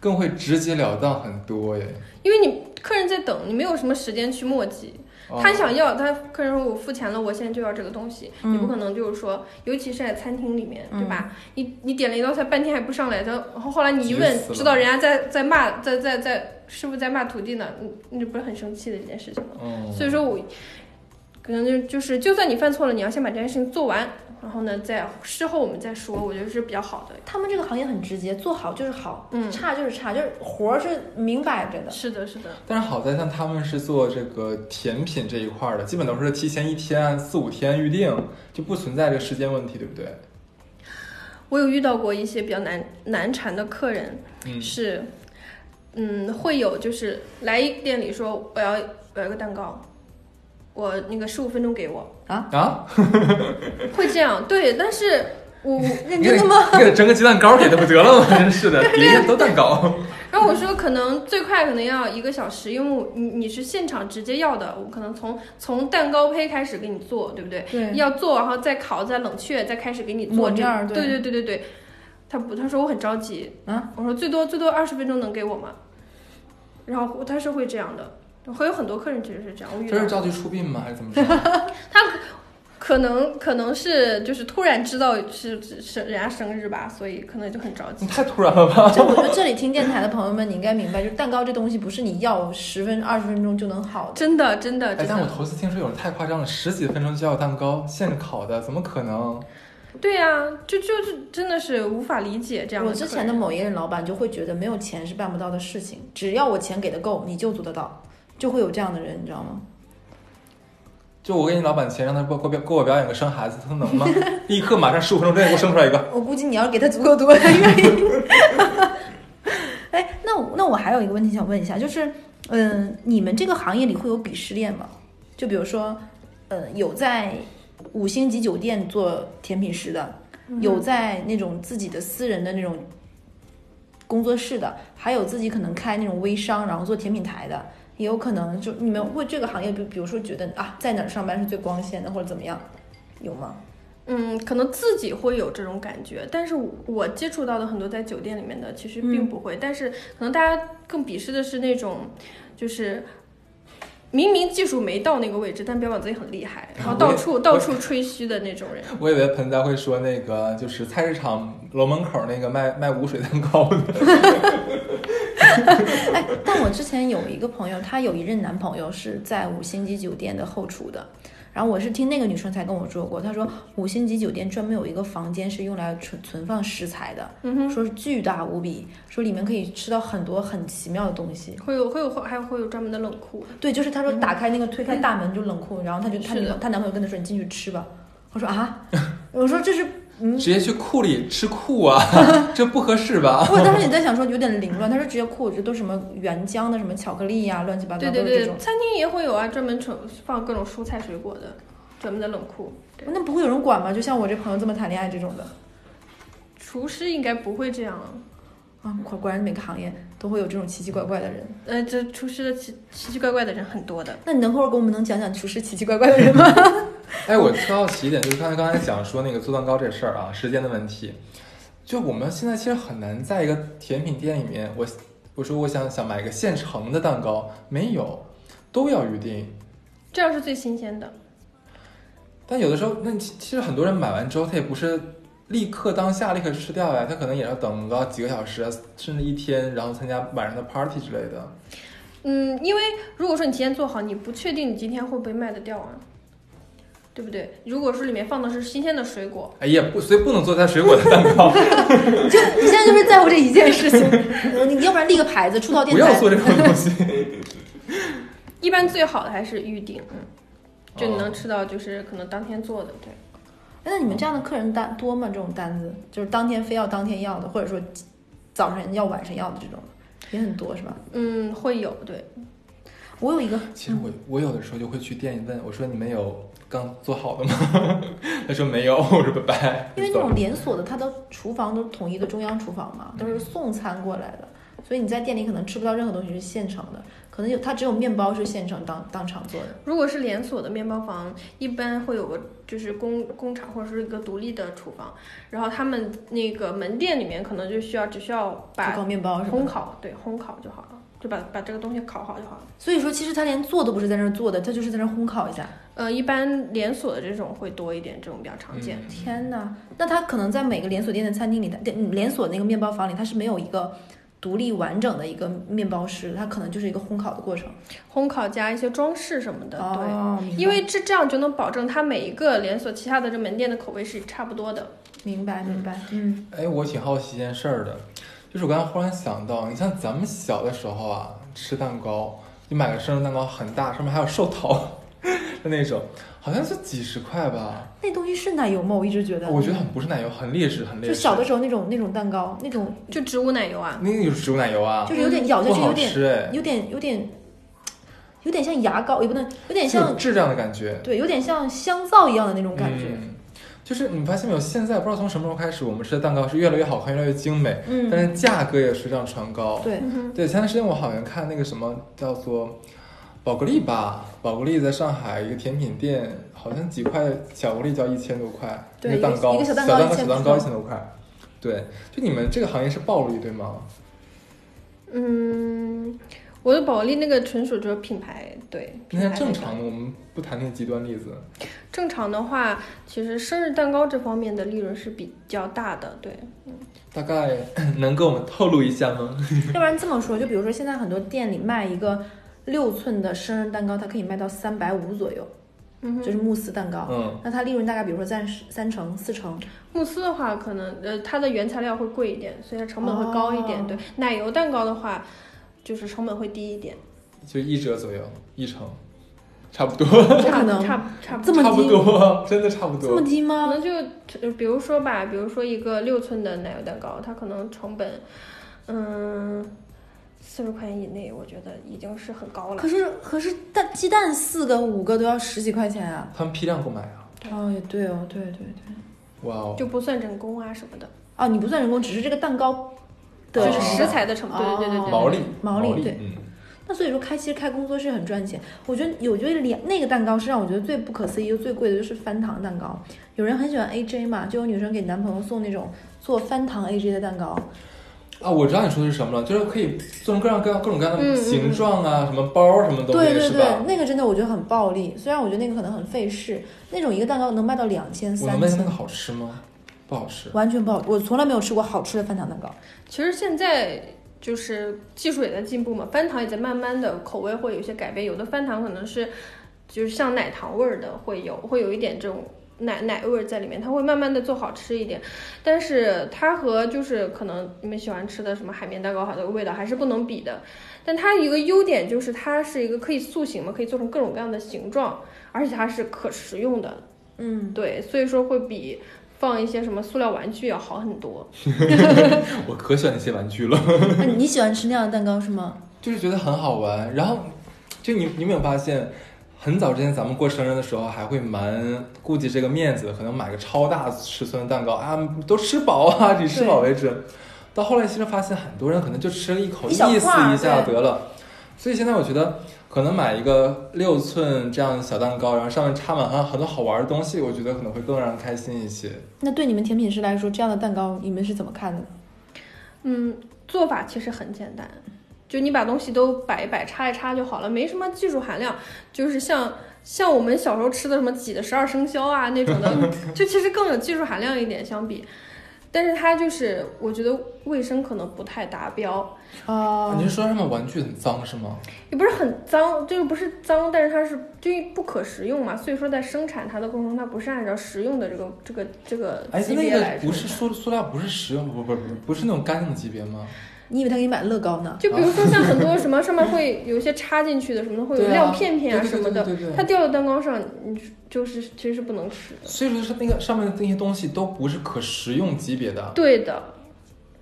Speaker 1: 更会直截了当很多耶。
Speaker 3: 因为你客人在等，你没有什么时间去磨叽。
Speaker 1: 哦
Speaker 3: 他想要，他客人说我付钱了，我现在就要这个东西，
Speaker 2: 嗯
Speaker 3: 你不可能就是说，尤其是在餐厅里面，
Speaker 2: 嗯
Speaker 3: 对吧？你你点了一道菜，半天还不上来，他后后来你一
Speaker 1: 急死
Speaker 3: 问，
Speaker 1: 了
Speaker 3: 知道人家在在骂，在在在师傅在骂徒弟呢，你你这不是很生气的一件事情吗？
Speaker 1: 嗯，
Speaker 3: 哦所以说我可能就就是，就算你犯错了，你要先把这件事情做完，然后呢，再事后我们再说，我觉得是比较好的。
Speaker 2: 他们这个行业很直接，做好就是好，
Speaker 3: 嗯
Speaker 2: 差就是差，就是活儿是明摆着的。
Speaker 3: 是的，是的，
Speaker 1: 但是好在像他们是做这个甜品这一块儿的，基本都是提前一天、四五天预定，就不存在这个时间问题，对不对？
Speaker 3: 我有遇到过一些比较难难缠的客人，
Speaker 1: 嗯，
Speaker 3: 是，嗯，会有就是来店里说我要我要个蛋糕，我那个十五分钟给我，
Speaker 1: 啊，
Speaker 3: 会这样对，但是我我
Speaker 1: 你
Speaker 2: 认
Speaker 1: 给
Speaker 2: 真的吗？
Speaker 1: 你给整个鸡蛋糕给他不得了吗？真是的，别人都蛋糕。
Speaker 3: 然后我说可能最快可能要一个小时，因为我你你是现场直接要的，我可能从从蛋糕胚开始给你做，对不对？
Speaker 2: 对，
Speaker 3: 要做，然后再烤，再冷却，再开始给你做
Speaker 2: 抹
Speaker 3: 这
Speaker 2: 面儿
Speaker 3: 对
Speaker 2: 对
Speaker 3: 对对对对。他不，他说我很着急
Speaker 2: 啊，
Speaker 3: 我说最多最多二十分钟能给我吗？然后他是会这样的，会有很多客人其实是这样，我遇
Speaker 1: 这
Speaker 3: 到
Speaker 1: 是
Speaker 3: 过
Speaker 1: 照剧出殡吗？还是怎么着？
Speaker 3: 他可可能可能是就是突然知道是是是人家生日吧，所以可能就很着急
Speaker 1: 你。
Speaker 2: 嗯
Speaker 1: 太突然了吧！
Speaker 2: 就我觉得这里听电台的朋友们，你应该明白，就是蛋糕这东西不是你要十分二十分钟就能好的。
Speaker 3: 真的真的
Speaker 1: 哎，
Speaker 3: 真
Speaker 1: 但我
Speaker 3: 的，
Speaker 1: 头次听说有人太夸张了，十几分钟就要蛋糕，现烤的，怎么可能？
Speaker 3: 对呀、就就是真的是无法理解这样的
Speaker 2: 我
Speaker 3: 客人。
Speaker 2: 之前的某一任老板就会觉得没有钱是办不到的事情，只要我钱给的够，你就做得到，就会有这样的人，你知道吗？就
Speaker 1: 就我给你老板钱，让他给我表给我表演个生孩子，他能吗？立刻马上十五分钟之内给我生出来一个。
Speaker 2: 我估计你要是给他足够多，他愿意。哎，那我那我还有一个问题想问一下，就是，嗯，你们这个行业里会有鄙视链吗？就比如说，呃，有在五星级酒店做甜品师的，有在那种自己的私人的那种工作室的，还有自己可能开那种微商，然后做甜品台的，也有可能就你们会这个行业，比比如说觉得啊，在哪儿上班是最光鲜的，或者怎么样，有吗？
Speaker 3: 嗯，可能自己会有这种感觉，但是我我接触到的很多在酒店里面的其实
Speaker 2: 嗯
Speaker 3: 并不会，但是可能大家更鄙视的是那种，就是明明技术没到那个位置，但标榜自己很厉害，
Speaker 2: 啊
Speaker 3: 然后到处到处吹嘘的那种人。
Speaker 1: 我以为盆栽会说那个，就是菜市场楼门口那个卖卖无水蛋糕的。
Speaker 2: 哎，但我之前有一个朋友，她有一任男朋友是在五星级酒店的后厨的，然后我是听那个女生才跟我说过，她说五星级酒店专门有一个房间是用来存存放食材的，
Speaker 3: 嗯哼，
Speaker 2: 说是巨大无比，说里面可以吃到很多很奇妙的东西。
Speaker 3: 会有会有还有会有专门的冷库，
Speaker 2: 对，就是她说打开那个推开大门就冷库，然后她就她
Speaker 3: 是
Speaker 2: 女
Speaker 3: 的
Speaker 2: 她男朋友跟她说你进去吃吧，我说啊， 我说这是嗯。
Speaker 1: 直接去库里吃库 啊，这不合适吧？
Speaker 2: 我当时也在想说有点凌乱，她说直接库，这都什么原浆的什么巧克力呀、乱七八糟
Speaker 3: 对
Speaker 2: 啊都
Speaker 3: 对
Speaker 2: 是这
Speaker 3: 对
Speaker 2: 种，。
Speaker 3: 餐厅也会有啊，专门存放各种蔬菜水果的，专门的冷库。对
Speaker 2: 那不会有人管吗？就像我这朋友这么谈恋爱这种的
Speaker 3: 厨师应该不会这样啊，
Speaker 2: 啊，果果然每个行业都会有这种奇奇怪怪的人。
Speaker 3: 呃，这厨师的奇奇奇怪怪的人很多的。
Speaker 2: 那你能会儿给我们能讲讲厨师奇奇怪怪的 人吗？
Speaker 1: 哎，我特好奇一点，就是刚才刚才讲说那个做蛋糕这事儿啊，时间的问题。就我们现在其实很难在一个甜品店里面，我我说我想想买个现成的蛋糕，没有，都要预定。
Speaker 3: 这样是最新鲜的。
Speaker 1: 但有的时候，那其其实很多人买完之后，他也不是立刻当下立刻吃掉呀，他可能也要等到几个小时啊，甚至一天，然后参加晚上的 party 之类的。
Speaker 3: 嗯，因为如果说你提前做好，你不确定你今天会不会卖得掉啊，对不对？如果说里面放的是新鲜的水果，
Speaker 1: 哎呀，不，所以不能做带水果的蛋 糕，
Speaker 2: 你就你现在就是在乎这一件事 情，呃你要不然立个牌子出道电
Speaker 1: 不要
Speaker 2: 台
Speaker 1: 做，这种东西。
Speaker 3: 一般最好的还是预定，嗯， 就你能
Speaker 1: 哦
Speaker 3: 吃到就是可能当天做的，对。
Speaker 2: 哎那你们这样的客人单多吗？这种单子就是当天非要当天要的，或者说早上要晚上要的这种，也很多是吧？
Speaker 3: 嗯，会有对，
Speaker 2: 我有一个，
Speaker 1: 其实我我有的时候就会去店里问，我说你们有刚做好的吗？ 他说没有，我说拜拜。
Speaker 2: 因为
Speaker 1: 就
Speaker 2: 那
Speaker 1: 走
Speaker 2: 种连锁的，它的厨房都是统一的中央厨房嘛，都是送餐过来的，所以你在店里可能吃不到任何东西是现成的，可可能有它只有面包是现成当当场做的。
Speaker 3: 如果是连锁的面包房，一般会有个就是工工厂或者是一个独立的厨房，然后他们那个门店里面可能就需要只需要
Speaker 2: 就
Speaker 3: 把
Speaker 2: 光面包是
Speaker 3: 烘
Speaker 2: 吧？
Speaker 3: 烤，对，烘烤就好了，就把把这个东西烤好就好了。
Speaker 2: 所以说，其实他连做都不是在那儿做的，他就是在那儿烘烤一下。
Speaker 3: 呃，一般连锁的这种会多一点，这种比较常见。
Speaker 1: 嗯
Speaker 2: 天哪！那他可能在每个连锁店的餐厅里，他嗯连锁那个面包房里，他是没有一个独立完整的一个面包师，他可能就是一个烘烤的过程。
Speaker 3: 烘烤加一些装饰什么的，对。
Speaker 2: 哦，明白
Speaker 3: 因为这这样就能保证它每一个连锁旗下的这门店的口味是差不多的。
Speaker 2: 明白明白，嗯，
Speaker 1: 哎，我挺好奇一件事儿的，就是我刚才忽然想到，你像咱们小的时候啊，吃蛋糕，你买个生日蛋糕很大，上面还有寿桃 的那种，好像是几十块吧。
Speaker 2: 那东西是奶油吗？我一直觉得，
Speaker 1: 我觉得很不是奶油，很劣质，很劣
Speaker 2: 就
Speaker 1: 质。
Speaker 2: 小的时候那种那种蛋糕，那种
Speaker 3: 就植物奶油啊，
Speaker 1: 那个就是植物奶油啊
Speaker 2: 就，是有点咬下
Speaker 1: 不
Speaker 2: 去有
Speaker 1: 好
Speaker 2: 点
Speaker 1: 吃哎，
Speaker 2: 有点有点有点像牙膏，也不能有点
Speaker 1: 就有
Speaker 2: 像
Speaker 1: 质量的感觉。
Speaker 2: 对，有点像香皂一样的那种感觉。
Speaker 1: 嗯就是你发现没有，现在不知道从什么时候开始，我们吃的蛋糕是越来越好看，越来越精美，
Speaker 2: 嗯，
Speaker 1: 但是价格也水涨船高。
Speaker 2: 对，
Speaker 1: 对，前段时间我好像看那个什么叫做宝格丽吧，宝格丽在上海一个甜品店，好像几块巧克力就要一千多块，
Speaker 2: 对
Speaker 1: 那
Speaker 2: 一
Speaker 1: 个
Speaker 2: 个
Speaker 1: 蛋糕，
Speaker 2: 一个小
Speaker 1: 小
Speaker 2: 蛋
Speaker 1: 蛋
Speaker 2: 糕
Speaker 1: 糕，
Speaker 2: 1000
Speaker 1: 小蛋糕一千多块。对，就你们这个行业是暴利对吗？
Speaker 3: 嗯，我的宝丽那个纯属就是品牌，对，品
Speaker 1: 那
Speaker 3: 牌
Speaker 1: 像正
Speaker 3: 那个
Speaker 1: 常的，我们不谈那个极端例子。
Speaker 3: 正常的话，其实生日蛋糕这方面的利润是比较大的，对。
Speaker 1: 大概能给我们透露一下吗？
Speaker 2: 要不然这么说，就比如说现在很多店里卖一个六寸的生日蛋糕，它可以卖到三百五左右，
Speaker 3: 嗯哼，
Speaker 2: 就是慕斯蛋糕。
Speaker 1: 嗯，
Speaker 2: 那它利润大概，比如说占三成、四成，
Speaker 3: 慕斯的话，可能呃它的原材料会贵一点，所以它成本会高一点。
Speaker 2: 哦
Speaker 3: 对，奶油蛋糕的话，就是成本会低一点，
Speaker 1: 就一折左右，一成，差不多，
Speaker 2: 不哦可
Speaker 3: 差
Speaker 2: 能
Speaker 3: 差差不
Speaker 2: 这么
Speaker 3: 多。
Speaker 2: 低
Speaker 1: 差不多， 真的差不
Speaker 2: 这
Speaker 1: 多。
Speaker 2: 么低
Speaker 3: 可
Speaker 2: 吗？
Speaker 3: 能就呃比如说吧，比如说一个六寸的奶油蛋糕，它可能成本，嗯，四十块钱以内，我觉得已经是很高了
Speaker 2: 可。是可是蛋鸡蛋四个五个都要十几块钱啊！
Speaker 1: 他们批量购买啊，
Speaker 2: 哦，也对哦，对对对。
Speaker 1: 哇哦！
Speaker 3: 就不算人工啊什么的，
Speaker 2: 哦，你不算人工，只是这个蛋糕的
Speaker 1: 对
Speaker 3: 就
Speaker 1: 哦
Speaker 3: 是
Speaker 2: 成
Speaker 3: 食
Speaker 2: 本
Speaker 3: 材的成本。对对对对对，
Speaker 1: 毛利，
Speaker 2: 毛利
Speaker 1: 利，
Speaker 2: 对
Speaker 1: 嗯，
Speaker 2: 那所以说开其实开工作室很赚钱，我觉得有觉得连那个蛋糕是让我觉得最不可思议又最贵的就是翻糖蛋糕。有人很喜欢 AJ 嘛，就有女生给男朋友送那种做翻糖 AJ 的蛋糕，
Speaker 1: 啊，我知道你说的是什么了，就是可以做成各样各样各种各样
Speaker 3: 嗯嗯
Speaker 1: 的形状啊，什么包儿什么东西，
Speaker 2: 对对
Speaker 1: 是
Speaker 2: 对
Speaker 1: 吧，？
Speaker 2: 那个真的我觉得很暴利。虽然我觉得那个可能很费事，那种一个蛋糕能卖到两千
Speaker 1: 我能问
Speaker 2: 三
Speaker 1: 一下那
Speaker 2: 千
Speaker 1: 个，好吃吗？不好吃。
Speaker 2: 完全不好，我从来没有吃过好吃的翻糖蛋糕。
Speaker 3: 其实现在就是技术也在进步嘛，翻糖也在慢慢的口味会有一些改变，有的翻糖可能是就是像奶糖味儿的，会有会有一点这种。奶奶味儿在里面，它会慢慢的做好吃一点，但是它和就是可能你们喜欢吃的什么海绵蛋糕，好的味道还是不能比的。但它一个优点就是它是一个可以塑形嘛，可以做成各种各样的形状，而且它是可食用的，
Speaker 2: 嗯，
Speaker 3: 对，所以说会比放一些什么塑料玩具要好很多。
Speaker 1: 我可喜欢那些玩具了，
Speaker 2: 那你喜欢吃那样的蛋糕是吗？
Speaker 1: 就是觉得很好玩。然后，就你你有没有发现，很早之前咱们过生日的时候还会蛮顾及这个面子，可能买个超大尺寸的蛋糕啊，都吃饱啊，以吃饱为止。到后来其实发现很多人可能就吃了一口，
Speaker 2: 一小
Speaker 1: 意思
Speaker 2: 块儿
Speaker 1: 一下
Speaker 2: 对
Speaker 1: 得了。所以现在我觉得，可能买一个六寸这样的小蛋糕，然后上面插满很很多好玩的东西，我觉得可能会更让人开心一些。
Speaker 2: 那对你们甜品师来说，这样的蛋糕你们是怎么看的呢？
Speaker 3: 嗯，做法其实很简单，就你把东西都摆一摆、插一插就好了，没什么技术含量。就是像像我们小时候吃的什么挤的十二生肖啊那种 的，就其实更有技术含量一点相比。但是它就是，我觉得卫生可能不太达标，
Speaker 2: 哦、
Speaker 1: 啊你是说上面玩具很脏是吗？
Speaker 3: 也不是很脏，就是不是脏，但是它是就不可食用嘛，所以说在生产它的过程中，它不是按照食用的这个这个这个
Speaker 1: 哎，
Speaker 3: 级
Speaker 1: 那
Speaker 3: 别来
Speaker 1: 个
Speaker 3: 生
Speaker 1: 不是
Speaker 3: 产
Speaker 1: 塑塑料，不是食用，不不不，不是那种干净的级别吗？
Speaker 2: 你以为他给你买乐高呢？
Speaker 3: 就比如说像很多什么上面会有一些插进去的什么的，会有
Speaker 1: 对啊
Speaker 3: 亮片片啊
Speaker 1: 对
Speaker 3: 什
Speaker 1: 对
Speaker 3: 么
Speaker 1: 对对
Speaker 3: 的
Speaker 1: 对对，
Speaker 3: 它掉到蛋糕上，你就是其实是不能吃的。
Speaker 1: 所以说是那个上面的那些东西都不是可食用级别的。
Speaker 3: 对的，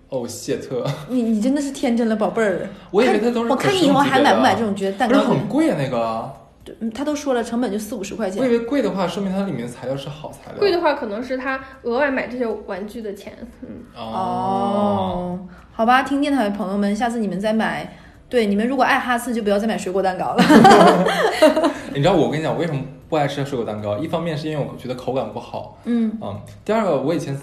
Speaker 1: 哦，谢特，
Speaker 2: 你你真的是天真了，宝贝儿。
Speaker 1: 我以为它都是
Speaker 2: 我
Speaker 1: 可
Speaker 2: 看
Speaker 1: 食用级别的。啊
Speaker 2: 你以后还买不买这种觉得蛋
Speaker 1: 不是
Speaker 2: 糕？
Speaker 1: 很贵啊，那 个。
Speaker 2: 对，嗯他都说了，成本就四五十块
Speaker 1: 我以
Speaker 2: 钱。
Speaker 1: 为贵的话，说明它里面材料是好材料。
Speaker 3: 贵的话可能是他额外买这些玩具的钱。嗯，
Speaker 1: 哦。
Speaker 2: 哦，好吧，听电台的朋友们，下次你们在买对，你们如果爱哈刺，就不要再买水果蛋糕了。
Speaker 1: 你知道我跟你讲，我为什么不爱吃水果蛋糕？一方面是因为我觉得口感不好，
Speaker 2: 嗯，
Speaker 1: 嗯，第二个我以前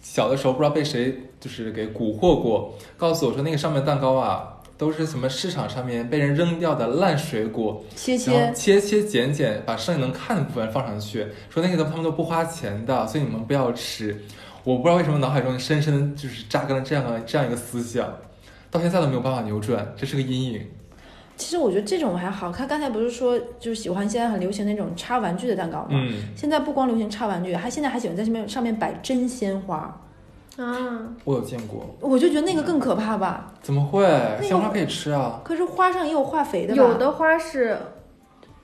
Speaker 1: 小的时候不知道被谁就是给蛊惑过，告诉我说那个上面的蛋糕啊都是什么市场上面被人扔掉的烂水果，
Speaker 2: 切
Speaker 1: 然
Speaker 2: 切
Speaker 1: 后，切切剪剪，把剩下能看的部分放上去，说那个都他们都不花钱的，所以你们不要吃。我不知道为什么脑海中深深地就是扎根了这样的这样一个思想，到现在都没有办法扭转，这是个阴影。
Speaker 2: 其实我觉得这种还好。他刚才不是说就是喜欢现在很流行那种插玩具的蛋糕吗？
Speaker 1: 嗯，
Speaker 2: 现在不光流行插玩具，还现在还喜欢在上面上面摆真鲜花，
Speaker 3: 啊，
Speaker 1: 我有见过，
Speaker 2: 我就觉得那个更可怕吧。
Speaker 1: 怎么会？
Speaker 2: 个
Speaker 1: 鲜花可以吃啊？
Speaker 2: 可是花上也有化肥的吧？
Speaker 3: 有的花是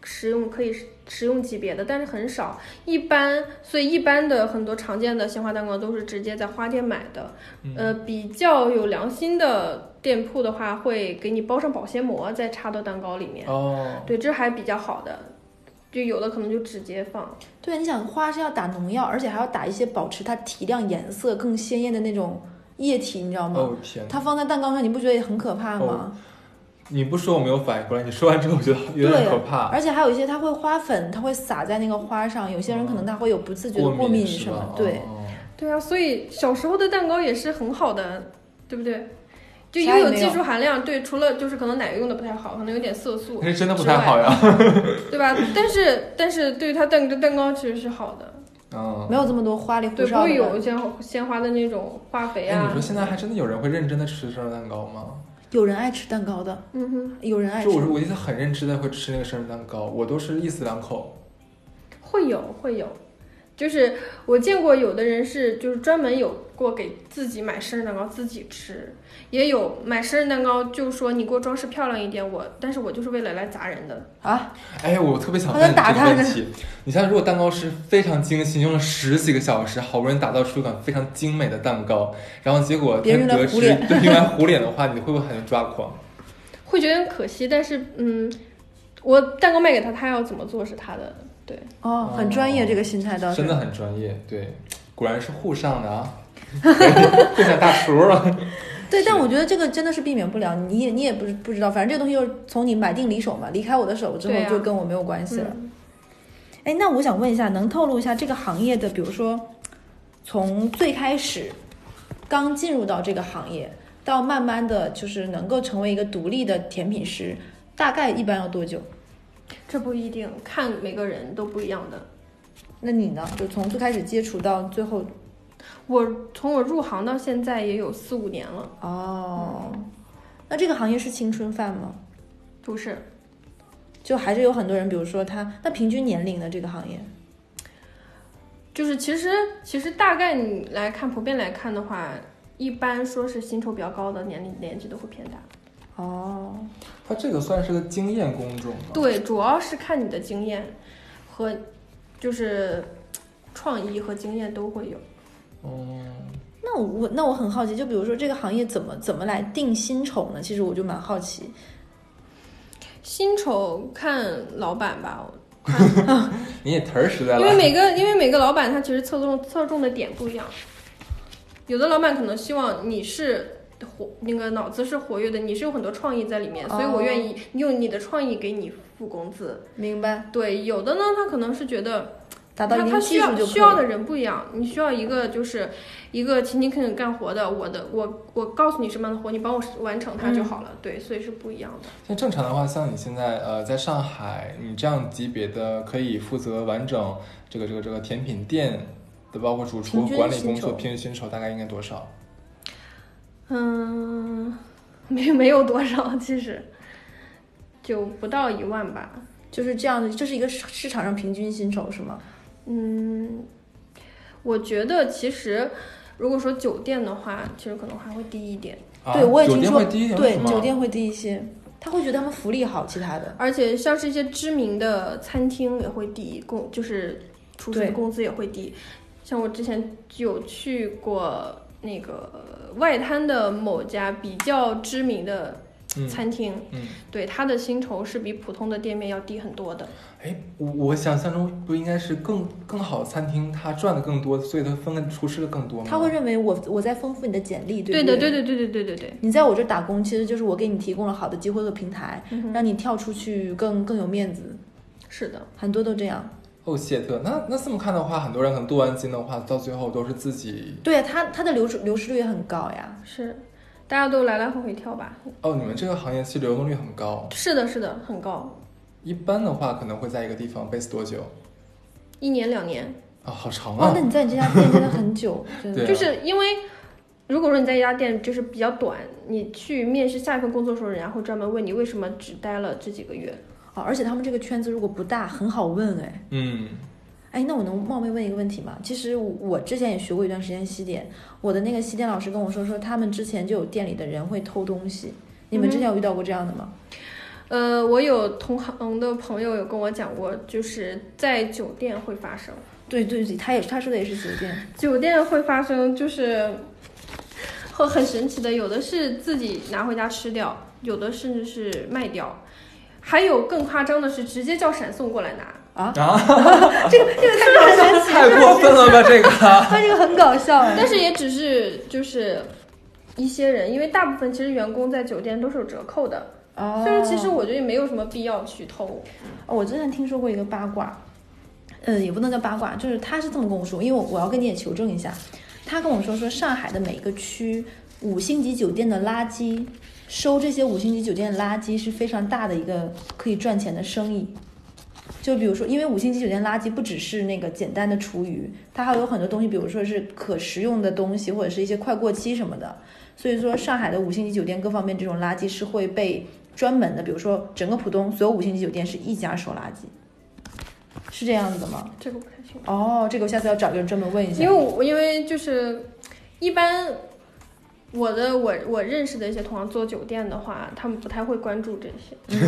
Speaker 3: 食用可以食食用级别的，但是很少。一般，所以一般的很多常见的鲜花蛋糕都是直接在花店买的。
Speaker 2: 嗯
Speaker 1: 嗯
Speaker 3: 呃，比较有良心的店铺的话，会给你包上保鲜膜，再插到蛋糕里
Speaker 2: 呃
Speaker 3: 面。
Speaker 1: 哦，
Speaker 3: 对，这还比较好的。就有的可能就直接放，
Speaker 2: 对，你想花是要打农药，而且还要打一些保持它提亮、颜色更鲜艳的那种液体，你知道吗？
Speaker 1: 哦天哪！
Speaker 2: 它放在蛋糕上，你不觉得也很可怕吗？
Speaker 1: 你不说我没有反应过来，你说完之后我觉得有点
Speaker 2: 对
Speaker 1: 可怕。
Speaker 2: 而且还有一些它会花粉，它会撒在那个花上，有些人可啊能他会有不自觉的过
Speaker 1: 哦敏是
Speaker 2: 什
Speaker 1: 吧
Speaker 2: 么？对，
Speaker 1: 哦
Speaker 3: 对啊，所以小时候的蛋糕也是很好的，对不对？就
Speaker 2: 啥
Speaker 3: 又
Speaker 2: 也
Speaker 3: 有
Speaker 2: 没
Speaker 3: 技
Speaker 2: 有
Speaker 3: 术含量，对，除了就是可能奶油用的不太好，可能有点色素，
Speaker 1: 那真的不太好呀。
Speaker 3: 对吧？但是但是对于它蛋蛋糕其实是好的，
Speaker 1: 嗯，
Speaker 2: 没有这么多花里胡
Speaker 3: 对，不
Speaker 2: 哨
Speaker 3: 会
Speaker 2: 的吧。
Speaker 3: 有像鲜花的那种化肥
Speaker 1: 哎，你
Speaker 3: 啊
Speaker 1: 说。现在还真的有人会认真的吃生日蛋糕吗？
Speaker 2: 有人爱吃蛋糕的，
Speaker 3: 嗯哼，
Speaker 2: 有人爱
Speaker 1: 就
Speaker 2: 吃
Speaker 1: 我，是我一直很认真的会吃那个生日蛋糕，我都是一死两口。
Speaker 3: 会有会有，就是我见过有的人是就是专门有过给自己买生日蛋糕自己吃，也有买生日蛋糕就说你给我装饰漂亮一点，我但是我就是为了来砸人的。
Speaker 2: 啊，
Speaker 1: 哎，我特别想
Speaker 2: 好
Speaker 1: 问
Speaker 2: 像
Speaker 1: 你
Speaker 2: 打
Speaker 1: 这个
Speaker 2: 他
Speaker 1: 问题。你像如果蛋糕师非常精心用了十几个小时，好不容易打造出一款非常精美的蛋糕，然后结果
Speaker 2: 别人
Speaker 1: 他
Speaker 2: 用来
Speaker 1: 得
Speaker 2: 糊
Speaker 1: 知
Speaker 2: 脸
Speaker 1: 对用来糊脸的话，你会不会很抓 狂？
Speaker 3: 会觉得很可惜，但是嗯，我蛋糕卖给他，他要怎么做是他的，对，
Speaker 2: 哦
Speaker 1: 哦，
Speaker 2: 很专业这个心态倒是
Speaker 1: 真。的很专业，对，果然是沪上的啊，混上大厨了。
Speaker 2: 对，
Speaker 1: 是
Speaker 2: 但我觉得这个真的是避免不了，你也你也不是不知道，反正这个东西就是从你买定离手嘛，离开我的手之后
Speaker 3: 对啊
Speaker 2: 就跟我没有关系了。
Speaker 3: 嗯，
Speaker 2: 哎、那我想问一下，能透露一下这个行业的，比如说从最开始刚进入到这个行业，到慢慢的就是能够成为一个独立的甜品师，大概一般要多久？
Speaker 3: 这不一定，看每个人都不一样的。
Speaker 2: 那你呢？就从最开始接触到最后，
Speaker 3: 我从我入行到现在也有四五年了，
Speaker 2: 哦，那这个行业是青春饭吗？
Speaker 3: 不是，
Speaker 2: 就还是有很多人，比如说他，那平均年龄呢？这个行业，
Speaker 3: 就是其实其实大概你来看，普遍来看的话，一般说是薪酬比较高的年龄年纪都会偏大。
Speaker 2: 哦，
Speaker 1: 他这个算是个经验工种吧？
Speaker 3: 对，主要是看你的经验和就是创意和经验都会有。
Speaker 1: 嗯，
Speaker 2: 那我那我很好奇，就比如说这个行业怎么怎么来定薪酬呢？其实我就蛮好奇，
Speaker 3: 薪酬看老板吧，
Speaker 1: 你也忒儿实在
Speaker 3: 因为
Speaker 1: 了。啊
Speaker 3: 每个因为每个老板他其实侧重侧重的点不一样，有的老板可能希望你是活那个脑子是活跃的，你是有很多创意在里面，所以我愿意用你的创意给你付工资。
Speaker 2: 明白？
Speaker 3: 对，有的呢他可能是觉得
Speaker 2: 达
Speaker 3: 他
Speaker 2: 到一定
Speaker 3: 他需
Speaker 2: 技术
Speaker 3: 要
Speaker 2: 就
Speaker 3: 需
Speaker 2: 可以
Speaker 3: 要
Speaker 2: 了。
Speaker 3: 的人不一样，你需要一个就是一个勤勤恳恳干活的，我的我我告诉你什么样的活，你帮我完成它就
Speaker 2: 嗯
Speaker 3: 好了。对，所以是不一样的。
Speaker 1: 像正常的话，像你现在呃在上海，你这样级别的可以负责完整这个这个这个甜品店的，包括主厨
Speaker 2: 平均
Speaker 1: 管理
Speaker 2: 薪
Speaker 1: 工作，
Speaker 2: 酬
Speaker 1: 平均薪酬大概应该多少？
Speaker 3: 嗯， 没没有多少，其实就不到一万吧。
Speaker 2: 就是这样的，这是一个市市场上平均薪酬是吗？
Speaker 3: 嗯，我觉得其实如果说酒店的话，其实可能还会低一点，
Speaker 1: 啊
Speaker 2: 对我也
Speaker 1: 酒
Speaker 2: 听
Speaker 1: 店
Speaker 2: 说
Speaker 1: 会低一，点，为
Speaker 2: 对
Speaker 1: 什，么
Speaker 2: 酒店会低一些，他会觉得他们福利好，其他的。
Speaker 3: 而且像是一些知名的餐厅也会低，工就是厨师
Speaker 2: 对
Speaker 3: 的工资也会低。像我之前有去过那个外滩的某家比较知名的
Speaker 1: 嗯
Speaker 3: 餐厅，
Speaker 1: 嗯，
Speaker 3: 对它的薪酬是比普通的店面要低很多的。
Speaker 1: 哎，我我想象中不应该是更更好的餐厅，他赚的更多，所以他分给厨师的更多吗？
Speaker 2: 他会认为我我在丰富你的简历，对
Speaker 3: 对
Speaker 2: 不
Speaker 3: 的，
Speaker 2: 对
Speaker 3: 对对对对对对对。
Speaker 2: 你在我这打工，其实就是我给你提供了好的机会和平台，
Speaker 3: 嗯哼
Speaker 2: 让你跳出去更更有面子，
Speaker 3: 是的，
Speaker 2: 很多都这样。
Speaker 1: 哦，谢特，那那这么看的话，很多人可能镀完金的话，到最后都是自己
Speaker 2: 对呀、他他的流失流失率也很高呀。
Speaker 3: 是，大家都来来回回跳吧。
Speaker 1: 哦，你们这个行业其实流动率很高，
Speaker 3: 是的，是的，很高，
Speaker 1: 一般的话可能会在一个地方 base 多久？
Speaker 3: 一年两年，
Speaker 1: 啊、好长
Speaker 2: 哇、
Speaker 1: 啊
Speaker 2: 哦那！你在你这家店真的很久，真的
Speaker 1: 对啊
Speaker 3: 就是因为。如果说你在一家店就是比较短，你去面试下一份工作的时候，人家会专门问你为什么只待了这几个月。
Speaker 2: 哦。而且他们这个圈子如果不大，很好问哎。
Speaker 1: 嗯，
Speaker 2: 哎，那我能冒昧问一个问题吗？其实我我之前也学过一段时间西点，我的那个西点老师跟我说，说他们之前就有店里的人会偷东西。你们之前有遇到过这样的吗？
Speaker 3: 呃，我有同行的朋友有跟我讲过，就是在酒店会发生，
Speaker 2: 对对对，他也他说的也是酒店。
Speaker 3: 酒店会发生，就是会很神奇的，有的是自己拿回家吃掉，有的甚至是卖掉，还有更夸张的是直接叫闪送过来拿。
Speaker 2: 这个这个太搞笑了，
Speaker 1: 太过分了吧这 个！
Speaker 2: 他这个很搞笑哎。
Speaker 3: 但是也只是就是一些人，因为大部分其实员工在酒店都是有折扣的，
Speaker 2: 哦，
Speaker 3: 所以说其实我觉得也没有什么必要去偷。
Speaker 2: 哦我之前听说过一个八卦，呃，也不能叫八卦，就是他是这么跟我说，因为我我要跟你也求证一下，他跟我说说上海的每个区五星级酒店的垃圾收这些五星级酒店的垃圾是非常大的一个可以赚钱的生意。就比如说，因为五星级酒店垃圾不只是那个简单的厨余，它还有很多东西，比如说是可食用的东西，或者是一些快过期什么的。所以说，上海的五星级酒店各方面这种垃圾是会被专门的，比如说整个浦东所有五星级酒店是一家收垃圾，是这样子的吗？
Speaker 3: 这个不太清楚，
Speaker 2: 哦，这个我下次要找个人专门问一下。
Speaker 3: 因为我因为就是一般。我的我我认识的一些同行做酒店的话，他们不太会关注这些。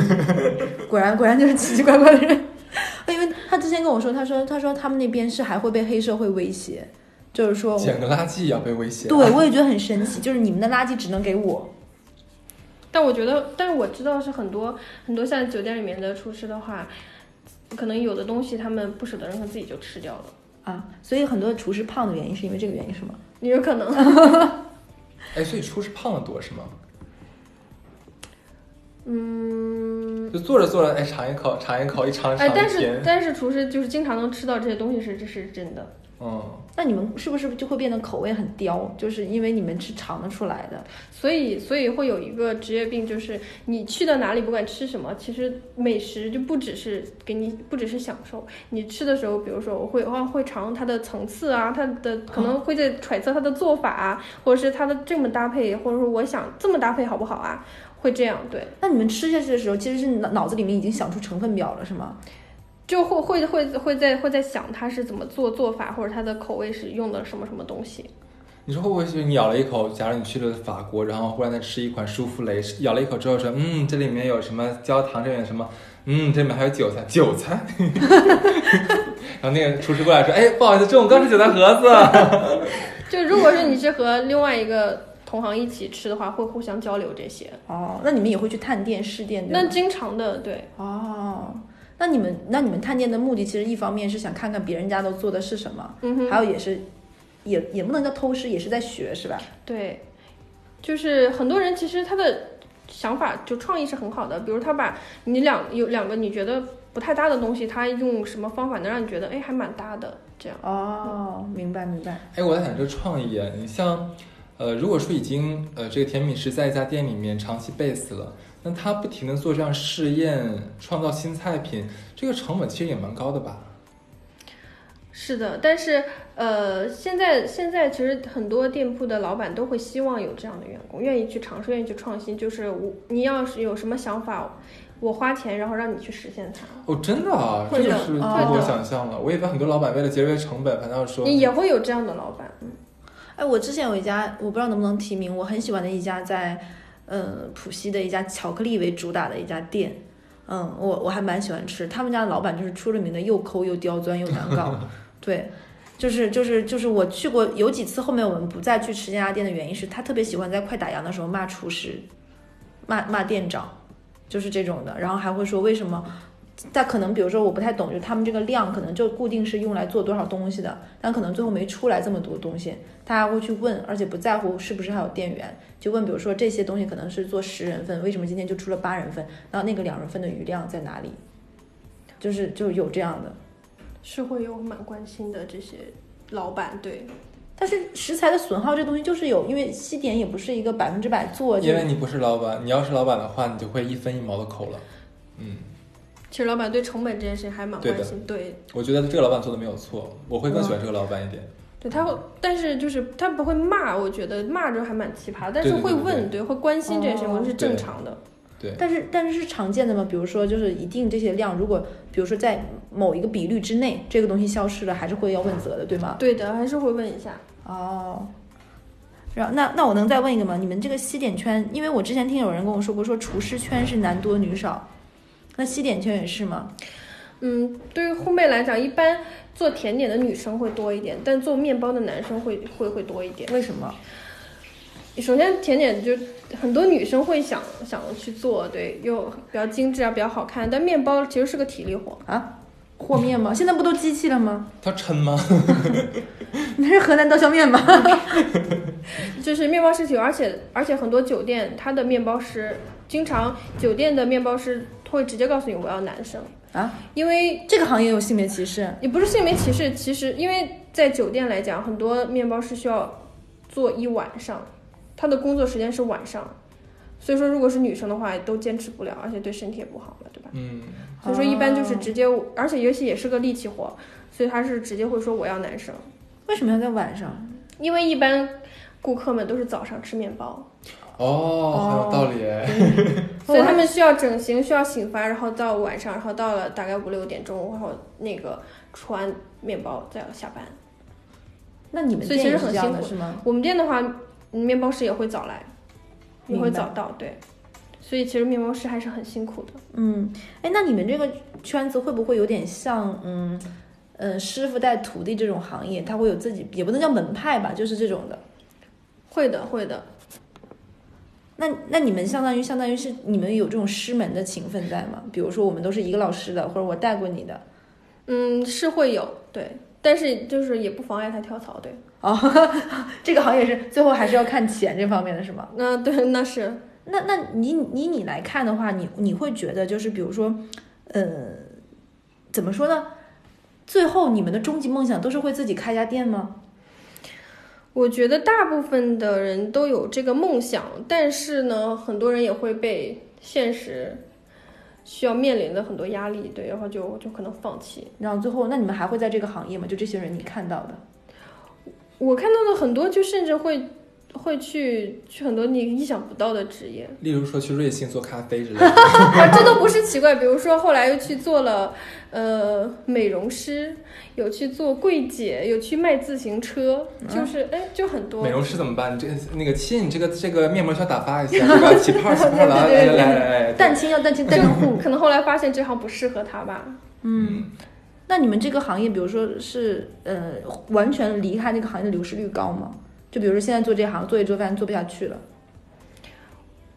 Speaker 2: 果然果然就是奇奇怪怪的人。 因为他之前跟我说，他说他说他们那边是还会被黑社会威胁，就是说，
Speaker 1: 捡个垃圾也要被威胁。
Speaker 2: 对我也觉得很神奇，就是你们的垃圾只能给我。
Speaker 3: 但我觉得，但是我知道是很多很多像酒店里面的厨师的话，可能有的东西他们不舍得扔，他自己就吃掉了，
Speaker 2: 啊，所以很多厨师胖的原因是因为这个原因是吗？
Speaker 3: 也有可能。
Speaker 1: 哎，所以厨师胖的多是吗？
Speaker 3: 嗯，
Speaker 1: 就做着做着，哎，尝一口，尝一口，一尝尝
Speaker 3: 哎，但
Speaker 1: 一
Speaker 3: 是
Speaker 1: 天。
Speaker 3: 但是厨师就是经常能吃到这些东西是这是真的。
Speaker 1: 嗯，
Speaker 2: 那你们是不是就会变得口味很刁？就是因为你们是尝得出来的。
Speaker 3: 所以，所以会有一个职业病，就是你去到哪里，不管吃什么，其实美食就不只是给你，不只是享受。你吃的时候，比如说我会，我会尝它的层次啊，它的可能会在揣测它的做法啊，或者是它的这么搭配，或者说我想这么搭配好不好啊，会这样对，
Speaker 2: 那你们吃下去的时候，其实是脑脑子里面已经想出成分表了，是吗？
Speaker 3: 就会会会会在会在想它是怎么做做法，或者它的口味是用的什么什么东西。
Speaker 1: 你说会不会是你咬了一口？假如你去了法国，然后忽然再吃一款舒芙蕾，咬了一口之后说，嗯，这里面有什么焦糖，这里面有什么，嗯，这里面还有韭菜，韭菜。 然后那个厨师过来说，哎，不好意思，这我们刚吃韭菜盒子。
Speaker 3: 就如果是你是和另外一个同行一起吃的话，会互相交流这些。
Speaker 2: 哦，那你们也会去探店试店，对
Speaker 3: 那
Speaker 2: 吗？
Speaker 3: 经常的对。
Speaker 2: 哦，那你们那你们探店的目的，其实一方面是想看看别人家都做的是什么，
Speaker 3: 嗯哼，
Speaker 2: 还有也是也也不能叫偷师，也是在学，是吧？
Speaker 3: 对，就是很多人其实他的想法就创意是很好的，比如他把你两有两个你觉得不太搭的东西，他用什么方法能让你觉得哎还蛮搭的这样。
Speaker 2: 哦，明白明白。
Speaker 1: 哎，我在想这创意啊，你像，呃，如果说已经呃这个甜品师在一家店里面长期 base 了，那他不停的做这样试验，创造新菜品，这个成本其实也蛮高的吧？
Speaker 3: 是的，但是呃，现在现在其实很多店铺的老板都会希望有这样的员工，愿意去尝试，愿意去创新。就是我你要是有什么想法，我花钱然后让你去实现它。
Speaker 1: 哦，真的啊，这
Speaker 3: 会的
Speaker 1: 个是
Speaker 2: 哦
Speaker 1: 超乎我想象了。我以为很多老板为了节约成本，反倒说
Speaker 3: 也会有这样的老板，嗯
Speaker 2: 哎，我之前有一家，我不知道能不能提名，我很喜欢的一家在，呃，浦西的一家巧克力为主打的一家店，嗯，我我还蛮喜欢吃。他们家的老板就是出了名的又抠又刁钻又难搞，对，就是就是就是我去过有几次，后面我们不再去吃这家店的原因是他特别喜欢在快打烊的时候骂厨师，骂骂店长，就是这种的，然后还会说为什么。但可能比如说我不太懂，就他们这个量可能就固定是用来做多少东西的，但可能最后没出来这么多东西，大家会去问，而且不在乎是不是还有店员，就问，比如说这些东西可能是做十人份，为什么今天就出了八人份？然后那个两人份的余量在哪里？就是就有这样的，
Speaker 3: 嗯是会有蛮关心的这些老板，对，
Speaker 2: 但是食材的损耗这东西就是有，因为西点也不是一个百分之百做，就
Speaker 1: 因为你不是老板，你要是老板的话，你就会一分一毛的抠了。嗯，
Speaker 3: 其实老板对成本这件事情还蛮
Speaker 1: 对的
Speaker 3: 关心，对，
Speaker 1: 我觉得这个老板做的没有错，我会更喜欢这个老板一点。
Speaker 3: 对他会，但是就是他不会骂，我觉得骂着还蛮奇葩，但
Speaker 1: 对
Speaker 3: 是
Speaker 1: 对对
Speaker 3: 会
Speaker 1: 对
Speaker 3: 问，对，会关心这件事情，
Speaker 2: 哦
Speaker 3: 我觉得是正常的。
Speaker 1: 对，
Speaker 2: 但是但是是常见的吗？比如说就是一定这些量，如果比如说在某一个比率之内，这个东西消失了，还是会要问责的，对吗？
Speaker 3: 对的，还是会问一下。
Speaker 2: 哦，然后那那我能再问一个吗？你们这个西点圈，因为我之前听有人跟我说过，说厨师圈是男多女少，那西点圈也是吗？
Speaker 3: 嗯，对于烘焙来讲，一般做甜点的女生会多一点，但做面包的男生会会会多一点。
Speaker 2: 为什么？
Speaker 3: 首先，甜点就很多女生会想想去做，对，又比较精致啊，比较好看。但面包其实是个体力活，
Speaker 2: 啊？和面吗？现在不都机器了
Speaker 3: 嗯
Speaker 2: 吗？
Speaker 1: 他抻吗？
Speaker 2: 你是河南刀削面吗？
Speaker 3: 就是面包师体力活，而且而且很多酒店它的面包师，经常酒店的面包师会直接告诉你我要男生，
Speaker 2: 啊，
Speaker 3: 因为
Speaker 2: 这个行业有性别歧视？
Speaker 3: 也不是性别歧视，其实因为在酒店来讲，很多面包师需要做一晚上，他的工作时间是晚上，所以说如果是女生的话，都坚持不了，而且对身体也不好了，对吧？
Speaker 1: 嗯，
Speaker 3: 所以说一般就是
Speaker 2: 哦
Speaker 3: 直接，而且尤其也是个力气活，所以他是直接会说我要男生，
Speaker 2: 为什么要在晚上？
Speaker 3: 因为一般顾客们都是早上吃面包，
Speaker 1: 哦，很有道理哎。
Speaker 3: 所以他们需要整形，需要醒发，然后到晚上，然后到了大概五六点钟，然后那个吃完面包再要下班。
Speaker 2: 那你们
Speaker 3: 所以
Speaker 2: 店也
Speaker 3: 其实
Speaker 2: 是
Speaker 3: 很
Speaker 2: 这样的
Speaker 3: 辛苦
Speaker 2: 是吗？
Speaker 3: 我们店的话，嗯面包师也会早来，也会
Speaker 2: 明白
Speaker 3: 早到，对。所以其实面包师还是很辛苦的。
Speaker 2: 嗯，哎，那你们这个圈子会不会有点像，嗯，呃，师傅带徒弟这种行业，他会有自己，也不能叫门派吧，就是这种的。
Speaker 3: 会的，会的。
Speaker 2: 那那你们相当于相当于是你们有这种师门的情分在吗？比如说我们都是一个老师的，或者我带过你的。
Speaker 3: 嗯，是会有，对。但是就是也不妨碍他跳槽，对。
Speaker 2: 哦， 这个行业是最后还是要看钱这方面的，是吗？
Speaker 3: 那对，那是
Speaker 2: 那那你你你来看的话，你你会觉得就是比如说，呃，怎么说呢？最后你们的终极梦想都是会自己开家店吗？
Speaker 3: 我觉得大部分的人都有这个梦想，但是呢，很多人也会被现实需要面临的很多压力，对，然后就就可能放弃。
Speaker 2: 然后最后，那你们还会在这个行业吗？就这些人你看到的，
Speaker 3: 我看到的很多，就甚至会会去去很多你意想不到的职业，
Speaker 1: 例如说去瑞幸做咖啡之类的，
Speaker 3: 啊，这都不是奇怪。比如说，后来又去做了呃美容师，有去做柜姐，有去卖自行车，就是哎，就很多
Speaker 1: 嗯美。容师怎么办？你这那个亲，你这个这个面膜需要打发一下，对吧？起泡起泡 了，来来来来来，
Speaker 2: 蛋清要蛋清蛋清户。
Speaker 3: 可能后来发现这行不适合他吧。
Speaker 1: 嗯，
Speaker 2: 那你们这个行业，比如说是呃，完全离开那个行业的流失率高吗？就比如说现在做这行，做一做饭做不下去了，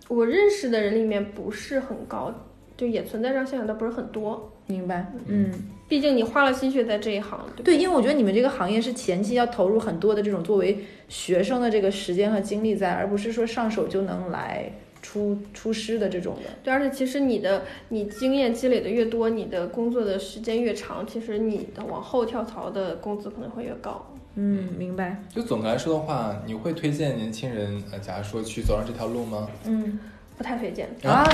Speaker 3: 我认识的人里面不是很高，就也存在这样现象，但不是很多。
Speaker 2: 明白？嗯，
Speaker 3: 毕竟你花了心血在这一行，对吧
Speaker 2: 对，因为我觉得你们这个行业是前期要投入很多的这种作为学生的这个时间和精力在，而不是说上手就能来出出师的这种的。
Speaker 3: 对，而且其实你的你经验积累的越多，你的工作的时间越长，其实你的往后跳槽的工资可能会越高。
Speaker 2: 嗯，明白。
Speaker 1: 就总的来说的话，你会推荐年轻人，呃，假如说去走上这条路吗？
Speaker 2: 嗯
Speaker 3: 不太推荐。
Speaker 2: 啊，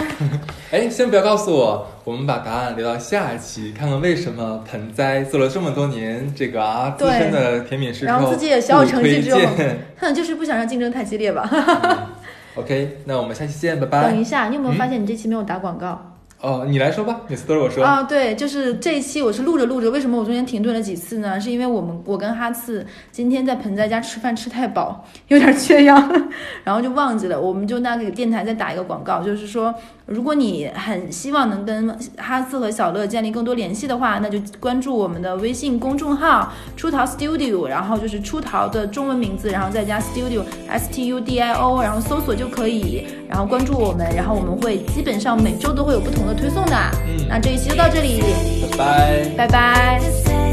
Speaker 1: 哎，先不要告诉我，我们把答案留到下一期，看看为什么盆栽做了这么多年这个啊资
Speaker 2: 对
Speaker 1: 深的甜品师之
Speaker 2: 然后自己也小有
Speaker 1: 不
Speaker 2: 成
Speaker 1: 推
Speaker 2: 绩之后
Speaker 1: 荐
Speaker 2: 哼，啊 就是不想让竞争太激烈吧。
Speaker 1: OK，那我们下期见，拜
Speaker 2: 等
Speaker 1: 拜
Speaker 2: 一。下，你有没有
Speaker 1: 嗯
Speaker 2: 发现你这期没有打广告？
Speaker 1: 哦，你来说吧，每次都是我说。
Speaker 2: 啊，对，就是这一期我是录着录着，为什么我中间停顿了几次呢？是因为我们我跟哈次今天在盆栽家吃饭吃太 饱，有点缺氧，然后就忘记了，我们就那给电台再打一个广告，就是说，如果你很希望能跟哈斯和小乐建立更多联系的话，那就关注我们的微信公众号“出逃 Studio”，然后就是出逃的中文名字，然后再加 Studio S T U D I O，然后搜索就可以，然后关注我们，然后我们会基本上每周都会有不同的推送的。
Speaker 1: 嗯
Speaker 2: 那这一期就到这里，
Speaker 1: 拜拜。
Speaker 2: 拜拜。
Speaker 4: say